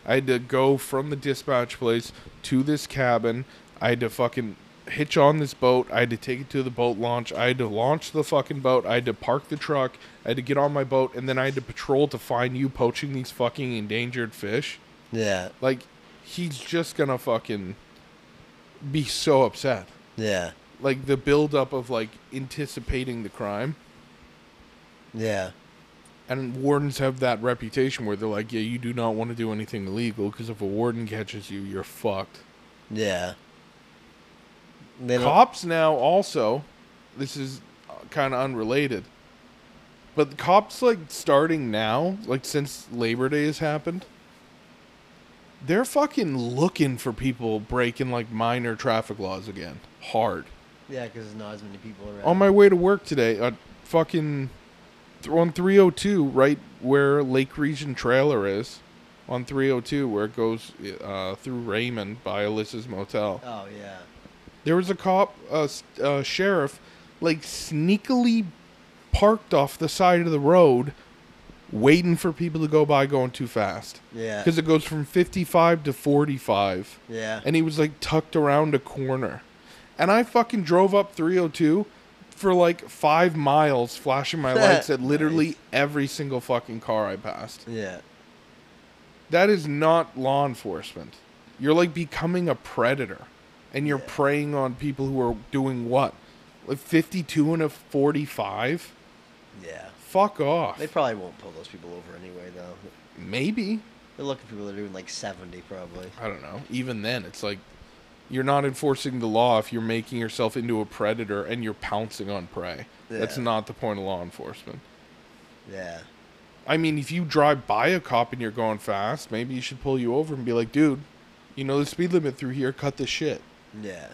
I had to go from the dispatch place to this cabin. I had to fucking hitch on this boat. I had to take it to the boat launch. I had to launch the fucking boat. I had to park the truck. I had to get on my boat and then I had to patrol to find you poaching these fucking endangered fish.
Yeah.
Like he's just gonna fucking be so upset.
Yeah.
Like the buildup of like anticipating the crime.
Yeah.
And wardens have that reputation where they're like, yeah, you do not want to do anything illegal because if a warden catches you, you're fucked.
Yeah. They don't-
Cops now also, this is kind of unrelated, but the cops like starting now, like since Labor Day has happened, they're fucking looking for people breaking like minor traffic laws again, hard.
Yeah, because there's not as many people around.
On Oh my way to work today, I fucking th- on 302, right where Lake Region Trailer is, on 302, where it goes uh, through Raymond by Alyssa's Motel.
Oh yeah.
There was a cop, a s- a sheriff, like sneakily parked off the side of the road, waiting for people to go by going too fast.
Yeah.
Because it goes from 55 to 45.
Yeah.
And he was like tucked around a corner. And I fucking drove up 302 for like five miles, flashing my lights at literally
Nice.
every single fucking car I passed.
yeah.
That is not law enforcement. You're like becoming a predator and you're
Yeah.
preying on people who are doing what? Like 52 and a 45?
Yeah.
Fuck off.
They probably won't pull those people over anyway, though.
Maybe.
They're looking for people that are doing like 70, probably.
I don't know. Even then, it's like you're not enforcing the law if you're making yourself into a predator and you're pouncing on prey. That's
Yeah.
not the point of law enforcement.
Yeah.
I mean, if you drive by a cop and you're going fast, maybe you should pull you over and be like, dude, you know the speed limit through here, cut the shit.
Yeah.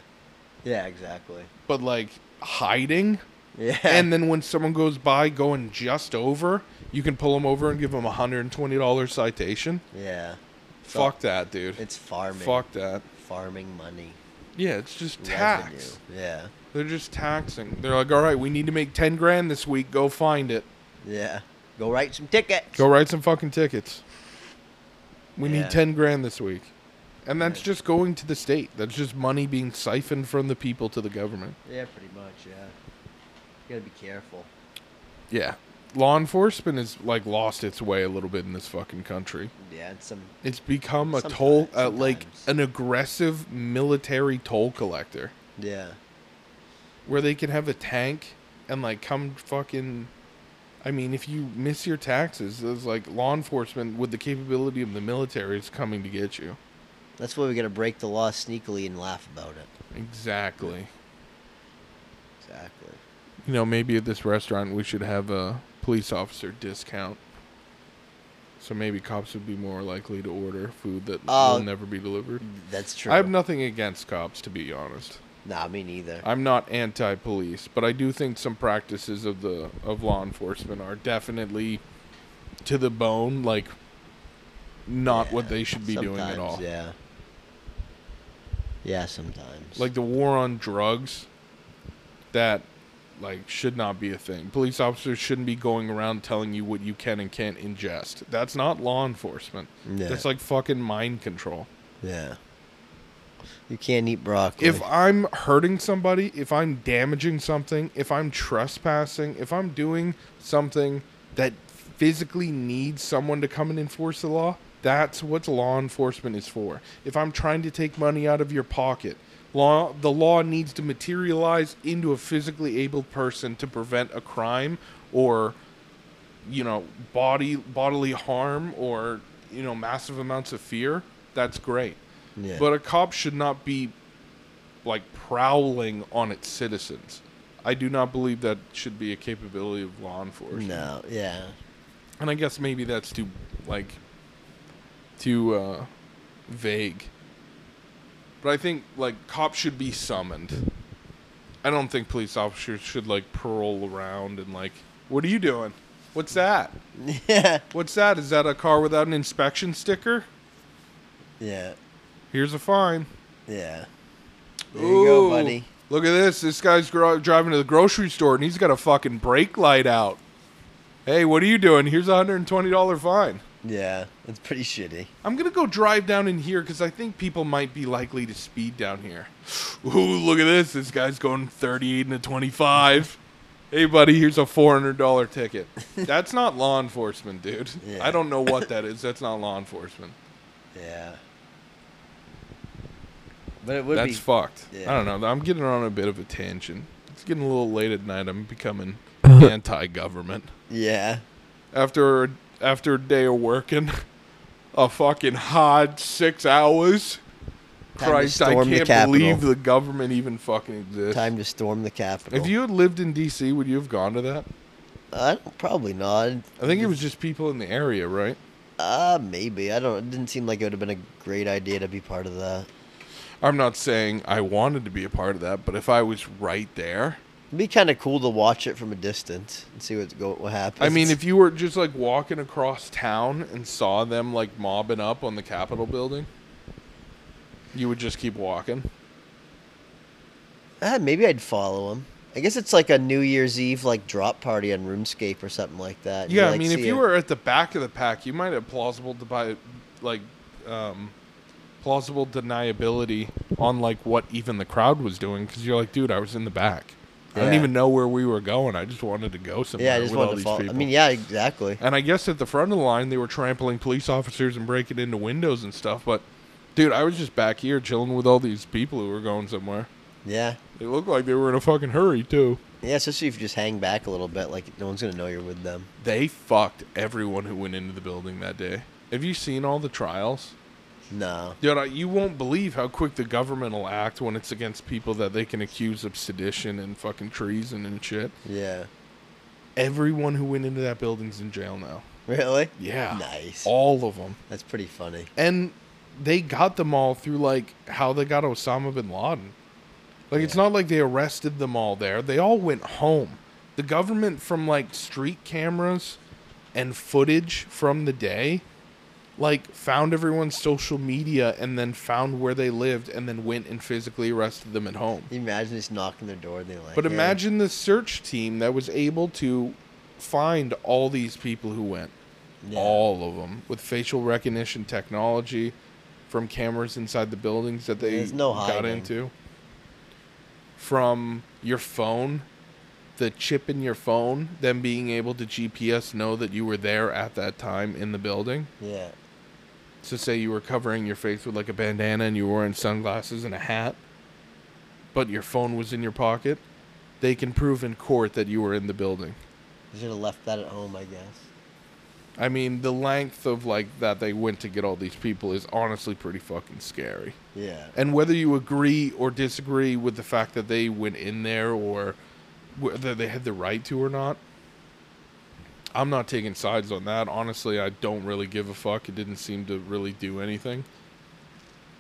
Yeah. Exactly.
But like hiding,
Yeah.
and then when someone goes by going just over, you can pull them over and give them a hundred and twenty dollar citation.
yeah.
Fuck that, dude.
It's farming.
Fuck that.
Farming money.
Yeah, it's just tax.
Revenue. Yeah.
They're just taxing. They're like, all right, we need to make 10 grand this week. Go find it.
Yeah. Go write some tickets.
Go write some fucking tickets. We
Yeah.
need 10 grand this week. And that's
Right.
just going to the state. That's just money being siphoned from the people to the government.
Yeah, pretty much. Yeah. You gotta be careful.
Yeah. Law enforcement has like lost its way a little bit in this fucking country.
Yeah. And some.
It's become a
Sometimes-
toll, uh, like
sometimes.
an aggressive military toll collector,
Yeah.
where they can have a tank and like come fucking I mean, if you miss your taxes, it's like law enforcement with the capability of the military is coming to get you.
That's why we gotta break the law sneakily and laugh about it.
Exactly.
Exactly.
You know, maybe at this restaurant we should have a police officer discount. So maybe cops would be more likely to order food that
Oh,
will never be delivered.
That's true.
I have nothing against cops, to be honest.
Nah, me neither.
I'm not anti-police, but I do think some practices of the of law enforcement are definitely to the bone, like not what
Yeah,
they should be doing at
sometimes,
all.
Yeah. Yeah, sometimes.
Like the war on drugs, that like should not be a thing. Police officers shouldn't be going around telling you what you can and can't ingest. That's not law enforcement.
Yeah.
That's like fucking mind control.
yeah. You can't eat broccoli.
If I'm hurting somebody, if I'm damaging something, if I'm trespassing, if I'm doing something that physically needs someone to come and enforce the law, that's what law enforcement is for. If I'm trying to take money out of your pocket, law the law needs to materialize into a physically able person to prevent a crime or you know, body bodily harm or, you know, massive amounts of fear, that's great.
yeah.
But a cop should not be like prowling on its citizens. I do not believe that should be a capability of law enforcement.
no, yeah.
And I guess maybe that's too like too uh vague. But I think like cops should be summoned. I don't think police officers should like prowl around and like, what are you doing? What's that?
Yeah.
What's that? Is that a car without an inspection sticker?
Yeah.
Here's a fine.
Yeah. There you go,
Ooh,
buddy.
Look at this. This guy's gro- driving to the grocery store and he's got a fucking brake light out. Hey, what are you doing? Here's a $120 fine.
Yeah. It's pretty shitty.
I'm going to go drive down in here because I think people might be likely to speed down here. Ooh, look at this. This guy's going 38 and a 25. Hey, buddy, here's a $400 ticket. That's not law enforcement, dude.
Yeah.
I don't know what that is. That's not law enforcement.
Yeah. But it would
That's
be.
fucked.
Yeah.
I don't know. I'm getting on a bit of a tangent. It's getting a little late at night. I'm becoming anti-government
yeah.
after after a day of working, a fucking hard six hours.
Time to
Christ, I
storm the
can't
Capitol.
believe the government even fucking exists.
Time to storm the Capitol.
If you had lived in D.C., would you have gone to that?
I don't, probably not.
I think it was just people in the area, right?
Uh, maybe. I don't. It didn't seem like it would have been a great idea to be part of that.
I'm not saying I wanted to be a part of that, but if I was right there,
It'd be kind of cool to watch it from a distance and see what's go what happens.
I mean, if you were just like walking across town and saw them like mobbing up on the Capitol building, you would just keep walking.
Ah, maybe I'd follow him. I guess it's like a New Year's Eve like drop party on RuneScape or something like that. You,
Yeah, I
like,
mean, if
see
you
it.
were at the back of the pack, you might have plausible debi- like um, plausible deniability on like what even the crowd was doing because you're like, dude, I was in the back. I didn't
Yeah.
even know where we were going. I just wanted to go somewhere.
yeah, I just
with all
wanted to
these
follow. I
people.
mean, yeah, exactly.
And I guess at the front of the line, they were trampling police officers and breaking into windows and stuff. But, dude, I was just back here chilling with all these people who were going somewhere.
Yeah,
They looked like they were in a fucking hurry, too.
yeah. Especially if you just hang back a little bit, like no one's gonna know you're with them.
They fucked everyone who went into the building that day. Have you seen all the trials?
No.
Dude, I, you won't believe how quick the government will act when it's against people that they can accuse of sedition and fucking treason and shit.
Yeah.
Everyone who went into that building's in jail now.
Really?
Yeah.
Nice.
All of them.
That's pretty funny.
and they got them all through like how they got Osama bin Laden. Like it's not like they arrested them all there. They all went home. The government from like street cameras and footage from the day like found everyone's social media and then found where they lived and then went and physically arrested them at home.
Can you imagine just knocking their door and they're like.
But
"Hey."
imagine the search team that was able to find all these people who went.
Yeah.
All of them with facial recognition technology from cameras inside the buildings that they
There's no
got
hiding.
into. From your phone, the chip in your phone, them being able to GPS know that you were there at that time in the building.
Yeah.
So say you were covering your face with like a bandana and you were wearing sunglasses and a hat, but your phone was in your pocket, they can prove in court that you were in the building.
You should have left that at home, I guess.
I mean, the length of like that they went to get all these people is honestly pretty fucking scary.
Yeah.
And whether you agree or disagree with the fact that they went in there or whether they had the right to or not, I'm not taking sides on that. Honestly, I don't really give a fuck. It didn't seem to really do anything.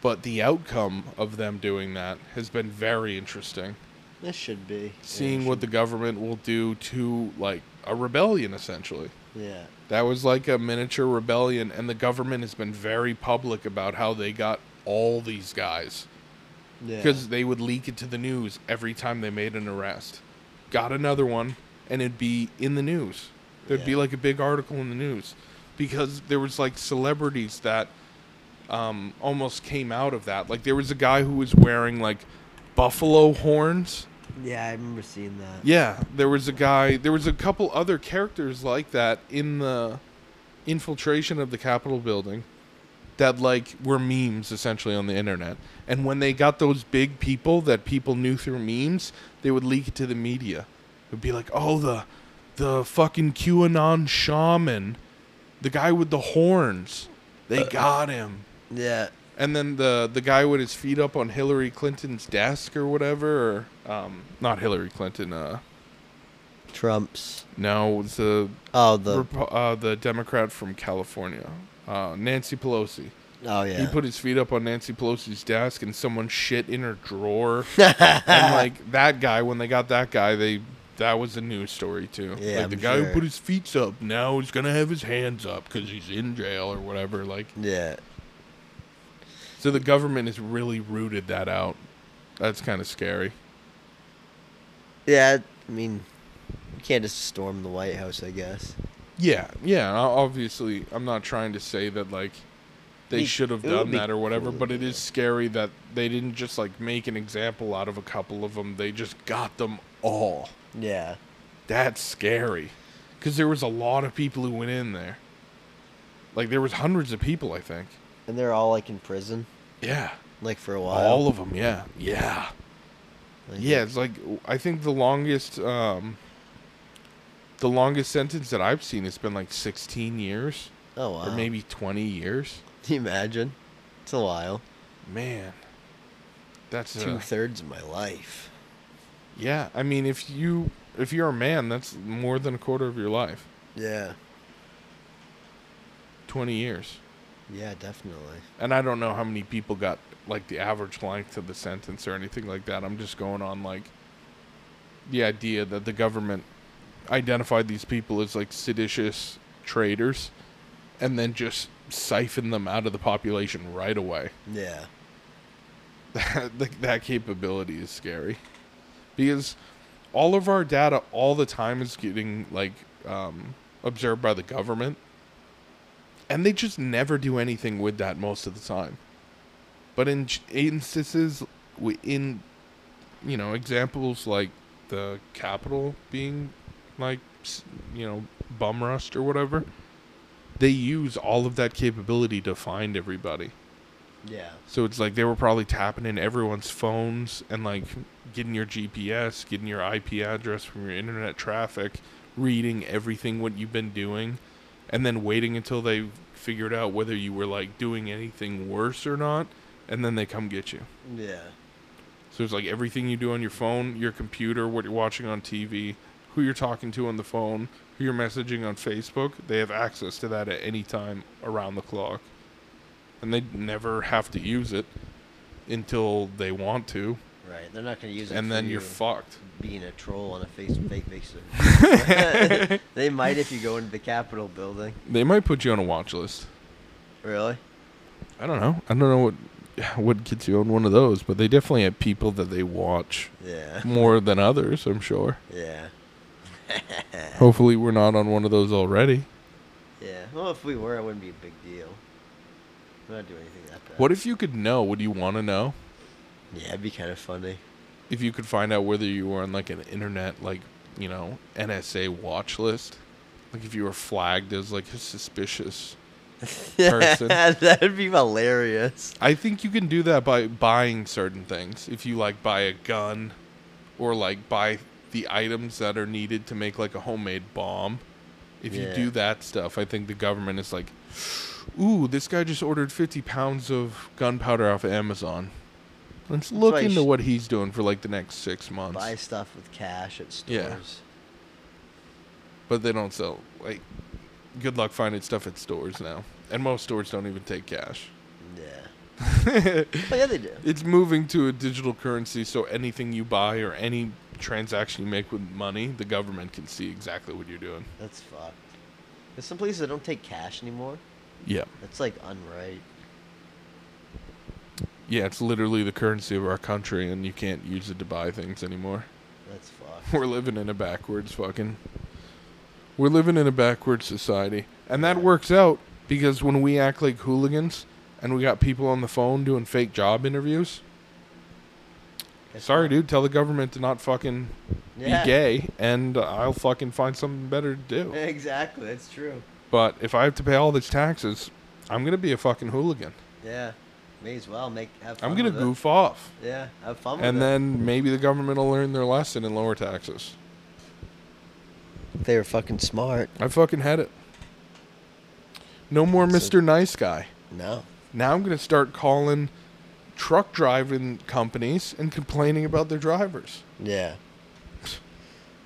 But the outcome of them doing that has been very interesting.
This should be.
Seeing what the government will do to, like, a rebellion, essentially.
Yeah.
That was like a miniature rebellion, and the government has been very public about how they got all these guys
Yeah.
because they would leak it to the news every time they made an arrest. Got another one, and it'd be in the news. There'd be
Yeah.
like a big article in the news because there was like celebrities that um, almost came out of that. Like there was a guy who was wearing like buffalo horns.
Yeah, I remember seeing that.
Yeah, there was a guy. There was a couple other characters like that in the infiltration of the Capitol building that like were memes essentially on the internet. And when they got those big people that people knew through memes, they would leak it to the media. It would be like, "Oh, the the fucking QAnon shaman, the guy with the horns. They got him."
Yeah.
and then the the guy with his feet up on Hillary Clinton's desk or whatever, or um, not Hillary Clinton. Uh,
Trump's.
no, it's the
Oh the.
Repo- uh, the Democrat from California, uh, Nancy Pelosi.
oh yeah.
He put his feet up on Nancy Pelosi's desk, and someone shit in her drawer. and like that guy, when they got that guy, they that was a news story too.
Yeah,
like the
I'm
guy who
sure.
put his feet up now is gonna have his hands up because he's in jail or whatever. Like
yeah.
So the government has really rooted that out. That's kind of scary.
Yeah. I mean, you can't just storm the White House, I guess.
Yeah, yeah. o- Obviously, I'm not trying to say that like they
Be-
should have
it would
done
be
that or whatever,
cool,
but it
yeah.
is scary that they didn't just like make an example out of a couple of them. They just got them all.
Yeah.
That's scary, because there was a lot of people who went in there. Like there was hundreds of people, I think.
And they're all like in prison.
Yeah.
like for a while.
All of them, yeah, yeah,
Like,
yeah. It's like I think the longest, um, the longest sentence that I've seen has been like 16 years
Oh wow.
or maybe 20 years.
Can you imagine? It's a while.
Man, that's
Two
a,
thirds of my life.
yeah. I mean, if you if you're a man, that's more than a quarter of your life.
Yeah.
20 years.
Yeah, definitely.
and I don't know how many people got like the average length of the sentence or anything like that. I'm just going on like the idea that the government identified these people as like seditious traitors and then just siphoned them out of the population right away.
Yeah.
Like, that capability is scary because all of our data all the time is getting like um, observed by the government and they just never do anything with that most of the time but in j- instances wi- in you know examples like the capital being like s- you know bum rust or whatever they use all of that capability to find everybody
Yeah.
so it's like they were probably tapping in everyone's phones and like getting your GPS, getting your IP address from your internet traffic, reading everything what you've been doing, and then waiting until they figured out whether you were like doing anything worse or not, and then they come get you.
Yeah.
So it's like everything you do on your phone, your computer, what you're watching on TV, who you're talking to on the phone, who you're messaging on Facebook, they have access to that at any time around the clock. And they never have to use it until they want to,
Right. They're not gonna use it.
and
for
then you're
you
fucked.
being a troll on a face fake Facebook. they might if you go into the Capitol building.
They might put you on a watch list.
Really?
I don't know. I don't know what what gets you on one of those, but they definitely have people that they watch
Yeah.
more than others, I'm sure.
Yeah.
Hopefully we're not on one of those already.
Yeah. Well, if we were, it wouldn't be a big deal. We're not doing anything that bad.
What if you could know? Would you want to know?
Yeah, it'd be kind of funny.
if you could find out whether you were on like an internet like you know NSA watch list, like if you were flagged as like a suspicious. Person.
That'd be hilarious.
I think you can do that by buying certain things. If you like buy a gun, or like buy the items that are needed to make like a homemade bomb. If you
Yeah.
do that stuff, I think the government is like, "Ooh, this guy just ordered fifty pounds of gunpowder off of Amazon. Let's look
why you
into
sh-
what he's doing for like the next six months."
Buy stuff with cash at stores.
Yeah. but they don't sell like good luck finding stuff at stores now and most stores don't even take cash
Yeah. Well, yeah, they do.
it's moving to a digital currency so anything you buy or any transaction you make with money the government can see exactly what you're doing
That's fucked. There's some places that don't take cash anymore.
yeah
That's like unright.
yeah it's literally the currency of our country and you can't use it to buy things anymore
That's fucked.
we're living in a backwards fucking we're living in a backwards society and that works out because when we act like hooligans and we got people on the phone doing fake job interviews
That's
Sorry,
fucked.
dude. Tell the government to not fucking
Yeah.
be gay, and I'll fucking find something better to do.
Exactly. That's true.
But if I have to pay all these taxes, I'm gonna be a fucking hooligan.
Yeah. May as well make. Have fun
I'm gonna
with it.
goof off,
Yeah. Have fun
and
with it.
then maybe the government will learn their lesson and lower taxes.
They were fucking smart.
I fucking had it. No more
That's
Mr. Nice Guy.
No.
Now I'm gonna start calling truck driving companies and complaining about their drivers.
Yeah.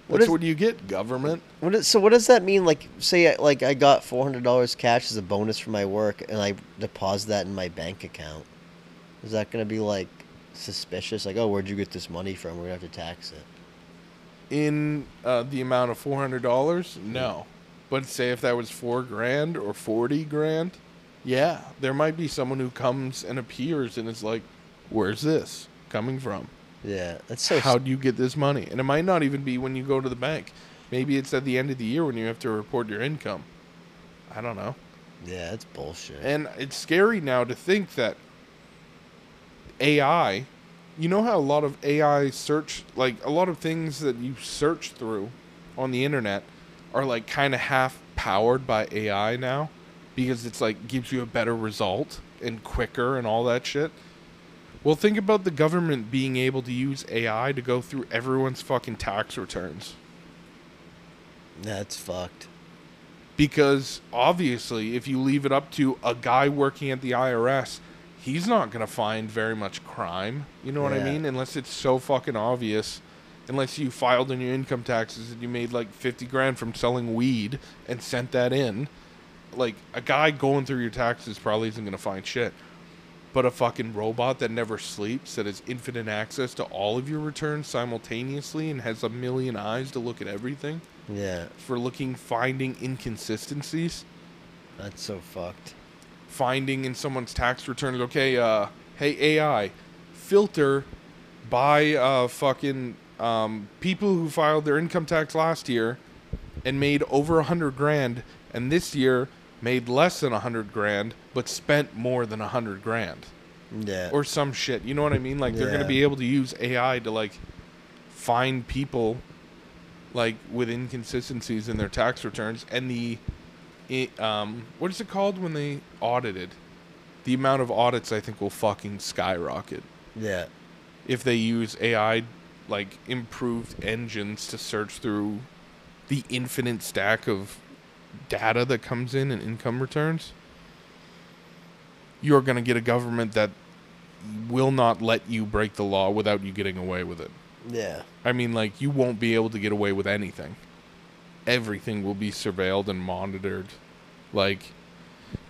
What
That's
if-
what you get, government.
What is, so what does that mean? Like, say, I- like I got four hundred dollars cash as a bonus for my work, and I deposit that in my bank account. Is that gonna be like suspicious? Like, oh, where'd you get this money from? We're gonna have to tax it.
in uh, the amount of four hundred dollars? No, but say if that was four grand or forty grand, yeah, there might be someone who comes and appears and is like, "Where's this coming from?
Yeah, that's so.
How
How,
do you get this money?" And it might not even be when you go to the bank. Maybe it's at the end of the year when you have to report your income. I don't know.
yeah, that's bullshit.
And it's scary now to think that AI, you know how a lot of AI search, like a lot of things that you search through on the internet are like kind of half powered by AI now because it's like gives you a better result and quicker and all that shit. Well, think about the government being able to use AI to go through everyone's fucking tax returns.
That's fucked.
Because obviously, if you leave it up to a guy working at the IRS, he's not going to find very much crime. You know what I
Yeah.
mean? Unless it's so fucking obvious. Unless you filed in your income taxes and you made like 50 grand from selling weed and sent that in. Like, a guy going through your taxes probably isn't going to find shit. But a fucking robot that never sleeps, that has infinite access to all of your returns simultaneously and has a million eyes to look at everything
Yeah,
for looking finding inconsistencies
that's so fucked.
finding in someone's tax return okay uh hey ai filter by uh fucking um people who filed their income tax last year and made over a hundred grand and this year made less than a hundred grand but spent more than a hundred grand
Yeah.
or some shit you know what i mean like they're
Yeah.
gonna be able to use ai to like find people like with inconsistencies in their tax returns and the it, um, what is it called when they audited? The amount of audits I think will fucking skyrocket
yeah.
if they use AI like improved engines to search through the infinite stack of data that comes in and income returns. You're going to get a government that will not let you break the law without you getting away with it.
Yeah.
I mean, like, you won't be able to get away with anything. Everything will be surveilled and monitored. Like,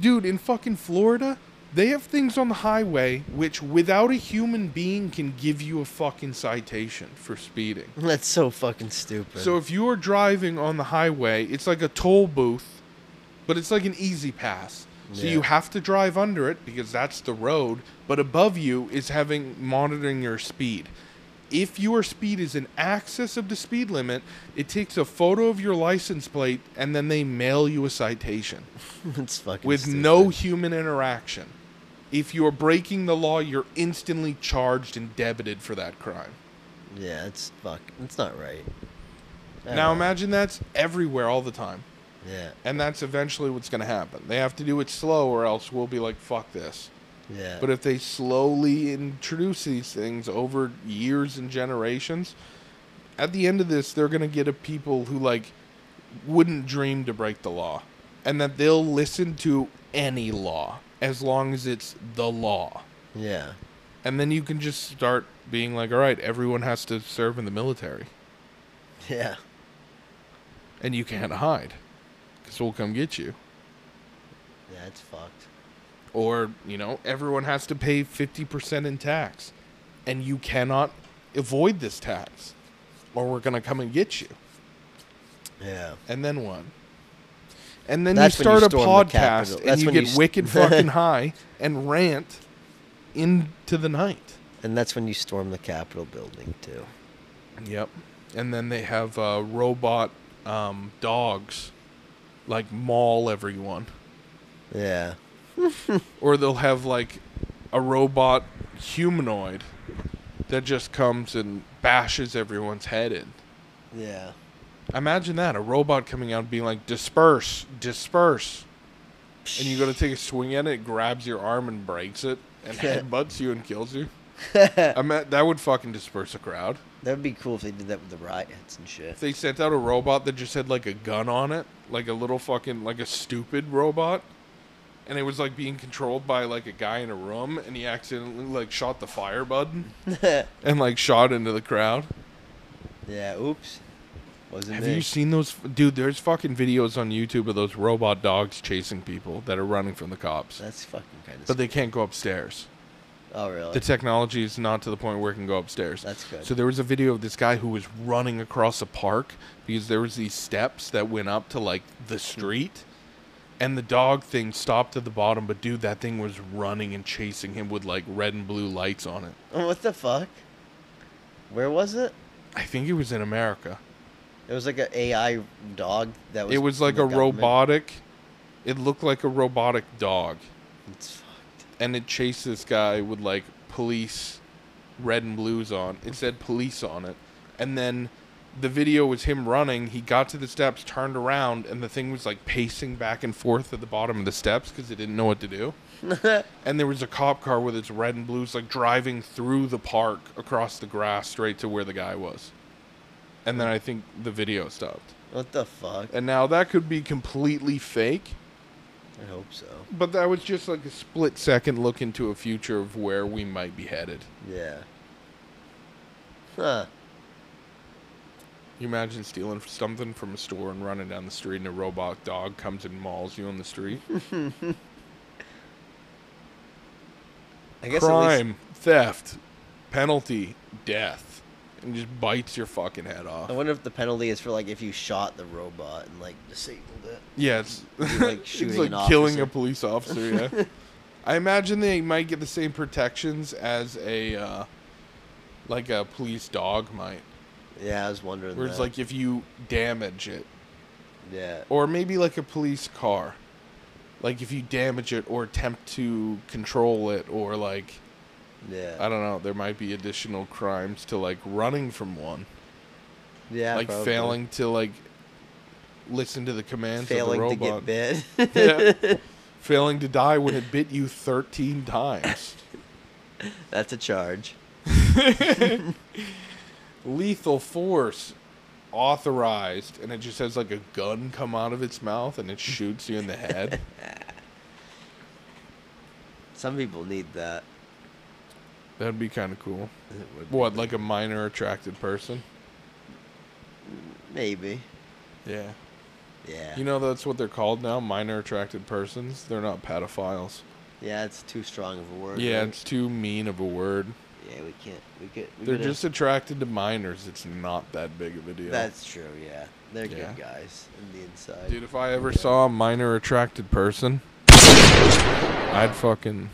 dude, in fucking Florida, they have things on the highway which, without a human being, can give you a fucking citation for speeding.
That's so fucking stupid.
So if you're driving on the highway, it's like a toll booth, but it's like an easy pass. So
Yeah.
you have to drive under it because that's the road, but above you is having monitoring your speed. If your speed is in excess of the speed limit, it takes a photo of your license plate and then they mail you a citation
it's fucking
with
stupid.
no human interaction. If you're breaking the law, you're instantly charged and debited for that crime.
Yeah, it's fuck. It's not right. I
Now
don't-
imagine that's everywhere all the time.
Yeah.
And that's eventually what's going to happen. They have to do it slow, or else we'll be like, fuck this.
Yeah.
But if they slowly introduce these things over years and generations, at the end of this, they're going to get a people who, like, wouldn't dream to break the law. And that they'll listen to any law as long as it's the law.
yeah.
And then you can just start being like, all right, everyone has to serve in the military.
Yeah.
And you can't hide because we'll come get you.
Yeah, it's fucked.
or you know everyone has to pay 50% in tax and you cannot avoid this tax or we're going to come and get you
Yeah.
and then what and then
That's
you
when you
start a
storm
podcast
the Capitol.
and
That's
you
when you
get
s-
wicked fucking high and rant into the night
And that's when you storm the Capitol building too.
Yep. And then they have uh, robot um, dogs like maul everyone.
Yeah.
or they'll have like a robot humanoid that just comes and bashes everyone's head in.
Yeah.
Imagine that a robot coming out and being like, disperse, disperse. And you go to take a swing at it, it grabs your arm and breaks it and headbutts you and kills you. I mean, that would fucking disperse a crowd.
That'd be cool if they did that with the riots and shit.
If they sent out a robot that just had like a gun on it, like a little fucking, like a stupid robot, and it was like being controlled by like a guy in a room and he accidentally like shot the fire button. and like shot into the crowd.
yeah. Oops. Wasn't
Have
me.
you seen those? Dude, there's fucking videos on YouTube of those robot dogs chasing people that are running from the cops,
That's fucking kind of.
but they can't go upstairs.
oh really?
The technology is not to the point where it can go upstairs.
That's good.
So there was a video of this guy who was running across a park because there was these steps that went up to like the street, and the dog thing stopped at the bottom. But dude, that thing was running and chasing him with like red and blue lights on it.
Oh, what the fuck? Where was it?
I think it was in America.
It was like an AI dog that was.
it was
from
like
the
a
government.
robotic it looked like a robotic dog
It's fucked.
and it chased this guy with like police red and blues on it said police on it and then the video was him running. He got to the steps, turned around, and the thing was like pacing back and forth at the bottom of the steps because it didn't know what to do. and there was a cop car with its red and blues like driving through the park across the grass straight to where the guy was. And then I think the video stopped.
What the fuck?
And now that could be completely fake,
I hope so.
but that was just like a split second look into a future of where we might be headed.
Yeah. Huh.
You imagine stealing something from a store and running down the street, and a robot dog comes and mauls you on the street.
I guess at least
Crime, theft, penalty, death, and just bites your fucking head off.
I wonder if the penalty is for like if you shot the robot and like disabled it.
yeah, it's,
like,
it's
shooting
like
an
killing
officer.
a police officer. Yeah, I imagine they might get the same protections as a uh, like a police dog might,
Yeah, I was wondering.
where it's
that.
like if you damage it,
yeah,
or maybe like a police car like if you damage it or attempt to control it or like
yeah,
i don't know there might be additional crimes to like running from one
yeah,
like
probably.
failing to like listen to the commands
failing
of
to
the
get
robot
bit.
Yeah. failing to die when it bit you 13 times
That's a charge.
lethal force authorized and it just has like a gun come out of its mouth and it shoots you in the head
Some people need that.
that'd be kind of cool
It would be-
what like a minor attracted person
Maybe.
Yeah.
Yeah.
You know that's what they're called now, minor attracted persons. They're not pedophiles.
yeah, it's too strong of a word.
Yeah,
right?
it's too mean of a word.
Yeah, we can't. We could. We
They're
gotta-
just attracted to minors. It's not that big of a deal.
That's true. Yeah, they're
Yeah.
good guys in the inside.
Dude, if I ever saw a minor attracted person, I'd fucking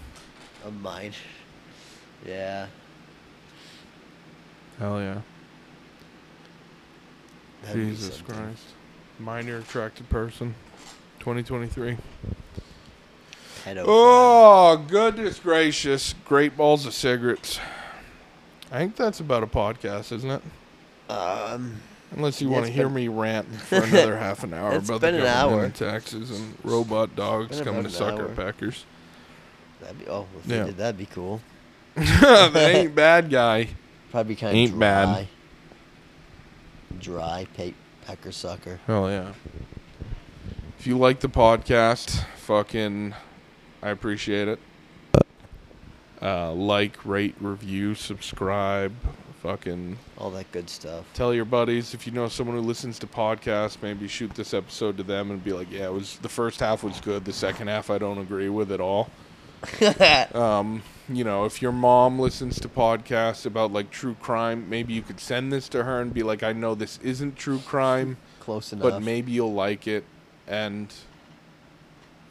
a mine. Yeah,
hell yeah.
that'd be
Jesus
something.
Christ. Minor attracted person. 2023.
Pedophile.
Oh, goodness gracious. Great balls of cigarettes. I think that's about a podcast, isn't it? Oh!
Um,
Unless you
Yeah,
want to
it's
hear
been-
me rant for another half an hour
It's
about
been
the
an
government
hour.
and taxes and robot dogs
been
coming to
about an
sucker
hour.
packers.
that'd be. Oh, if
Yeah.
we did, that'd be cool.
they ain't bad guy.
Probably kind of
Ain't bad.
dry. Dry pa- pecker sucker.
Hell yeah. If you like the podcast, fucking, I appreciate it. Uh, like, rate, review, subscribe, fucking
All that good stuff.
tell your buddies if you know someone who listens to podcasts maybe shoot this episode to them and be like yeah it was the first half was good the second half i don't agree with at all um, you know if your mom listens to podcasts about like true crime maybe you could send this to her and be like i know this isn't true crime
Close enough.
but maybe you'll like it and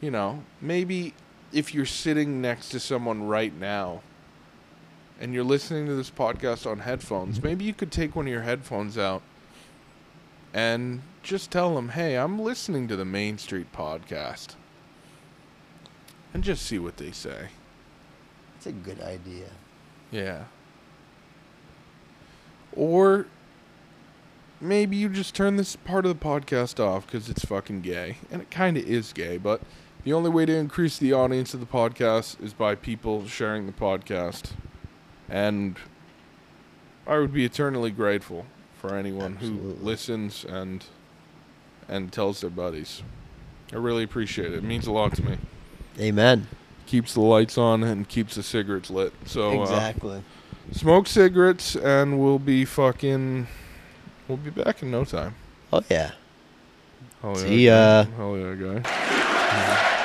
you know maybe if you're sitting next to someone right now and you're listening to this podcast on headphones maybe you could take one of your headphones out and just tell them hey i'm listening to the main street podcast and just see what they say
It's a good idea.
yeah. Or maybe you just turn this part of the podcast off because it's fucking gay. And it kind of is gay, but the only way to increase the audience of the podcast is by people sharing the podcast. And I would be eternally grateful for anyone who
Absolutely.
listens and and tells their buddies. I really appreciate it. It means a lot to me.
Amen.
Keeps the lights on and keeps the cigarettes lit. So uh,
exactly.
smoke cigarettes and we'll be fucking we'll be back in no time
Oh yeah.
Hell yeah,
See
guy.
ya.
Hell yeah, guy.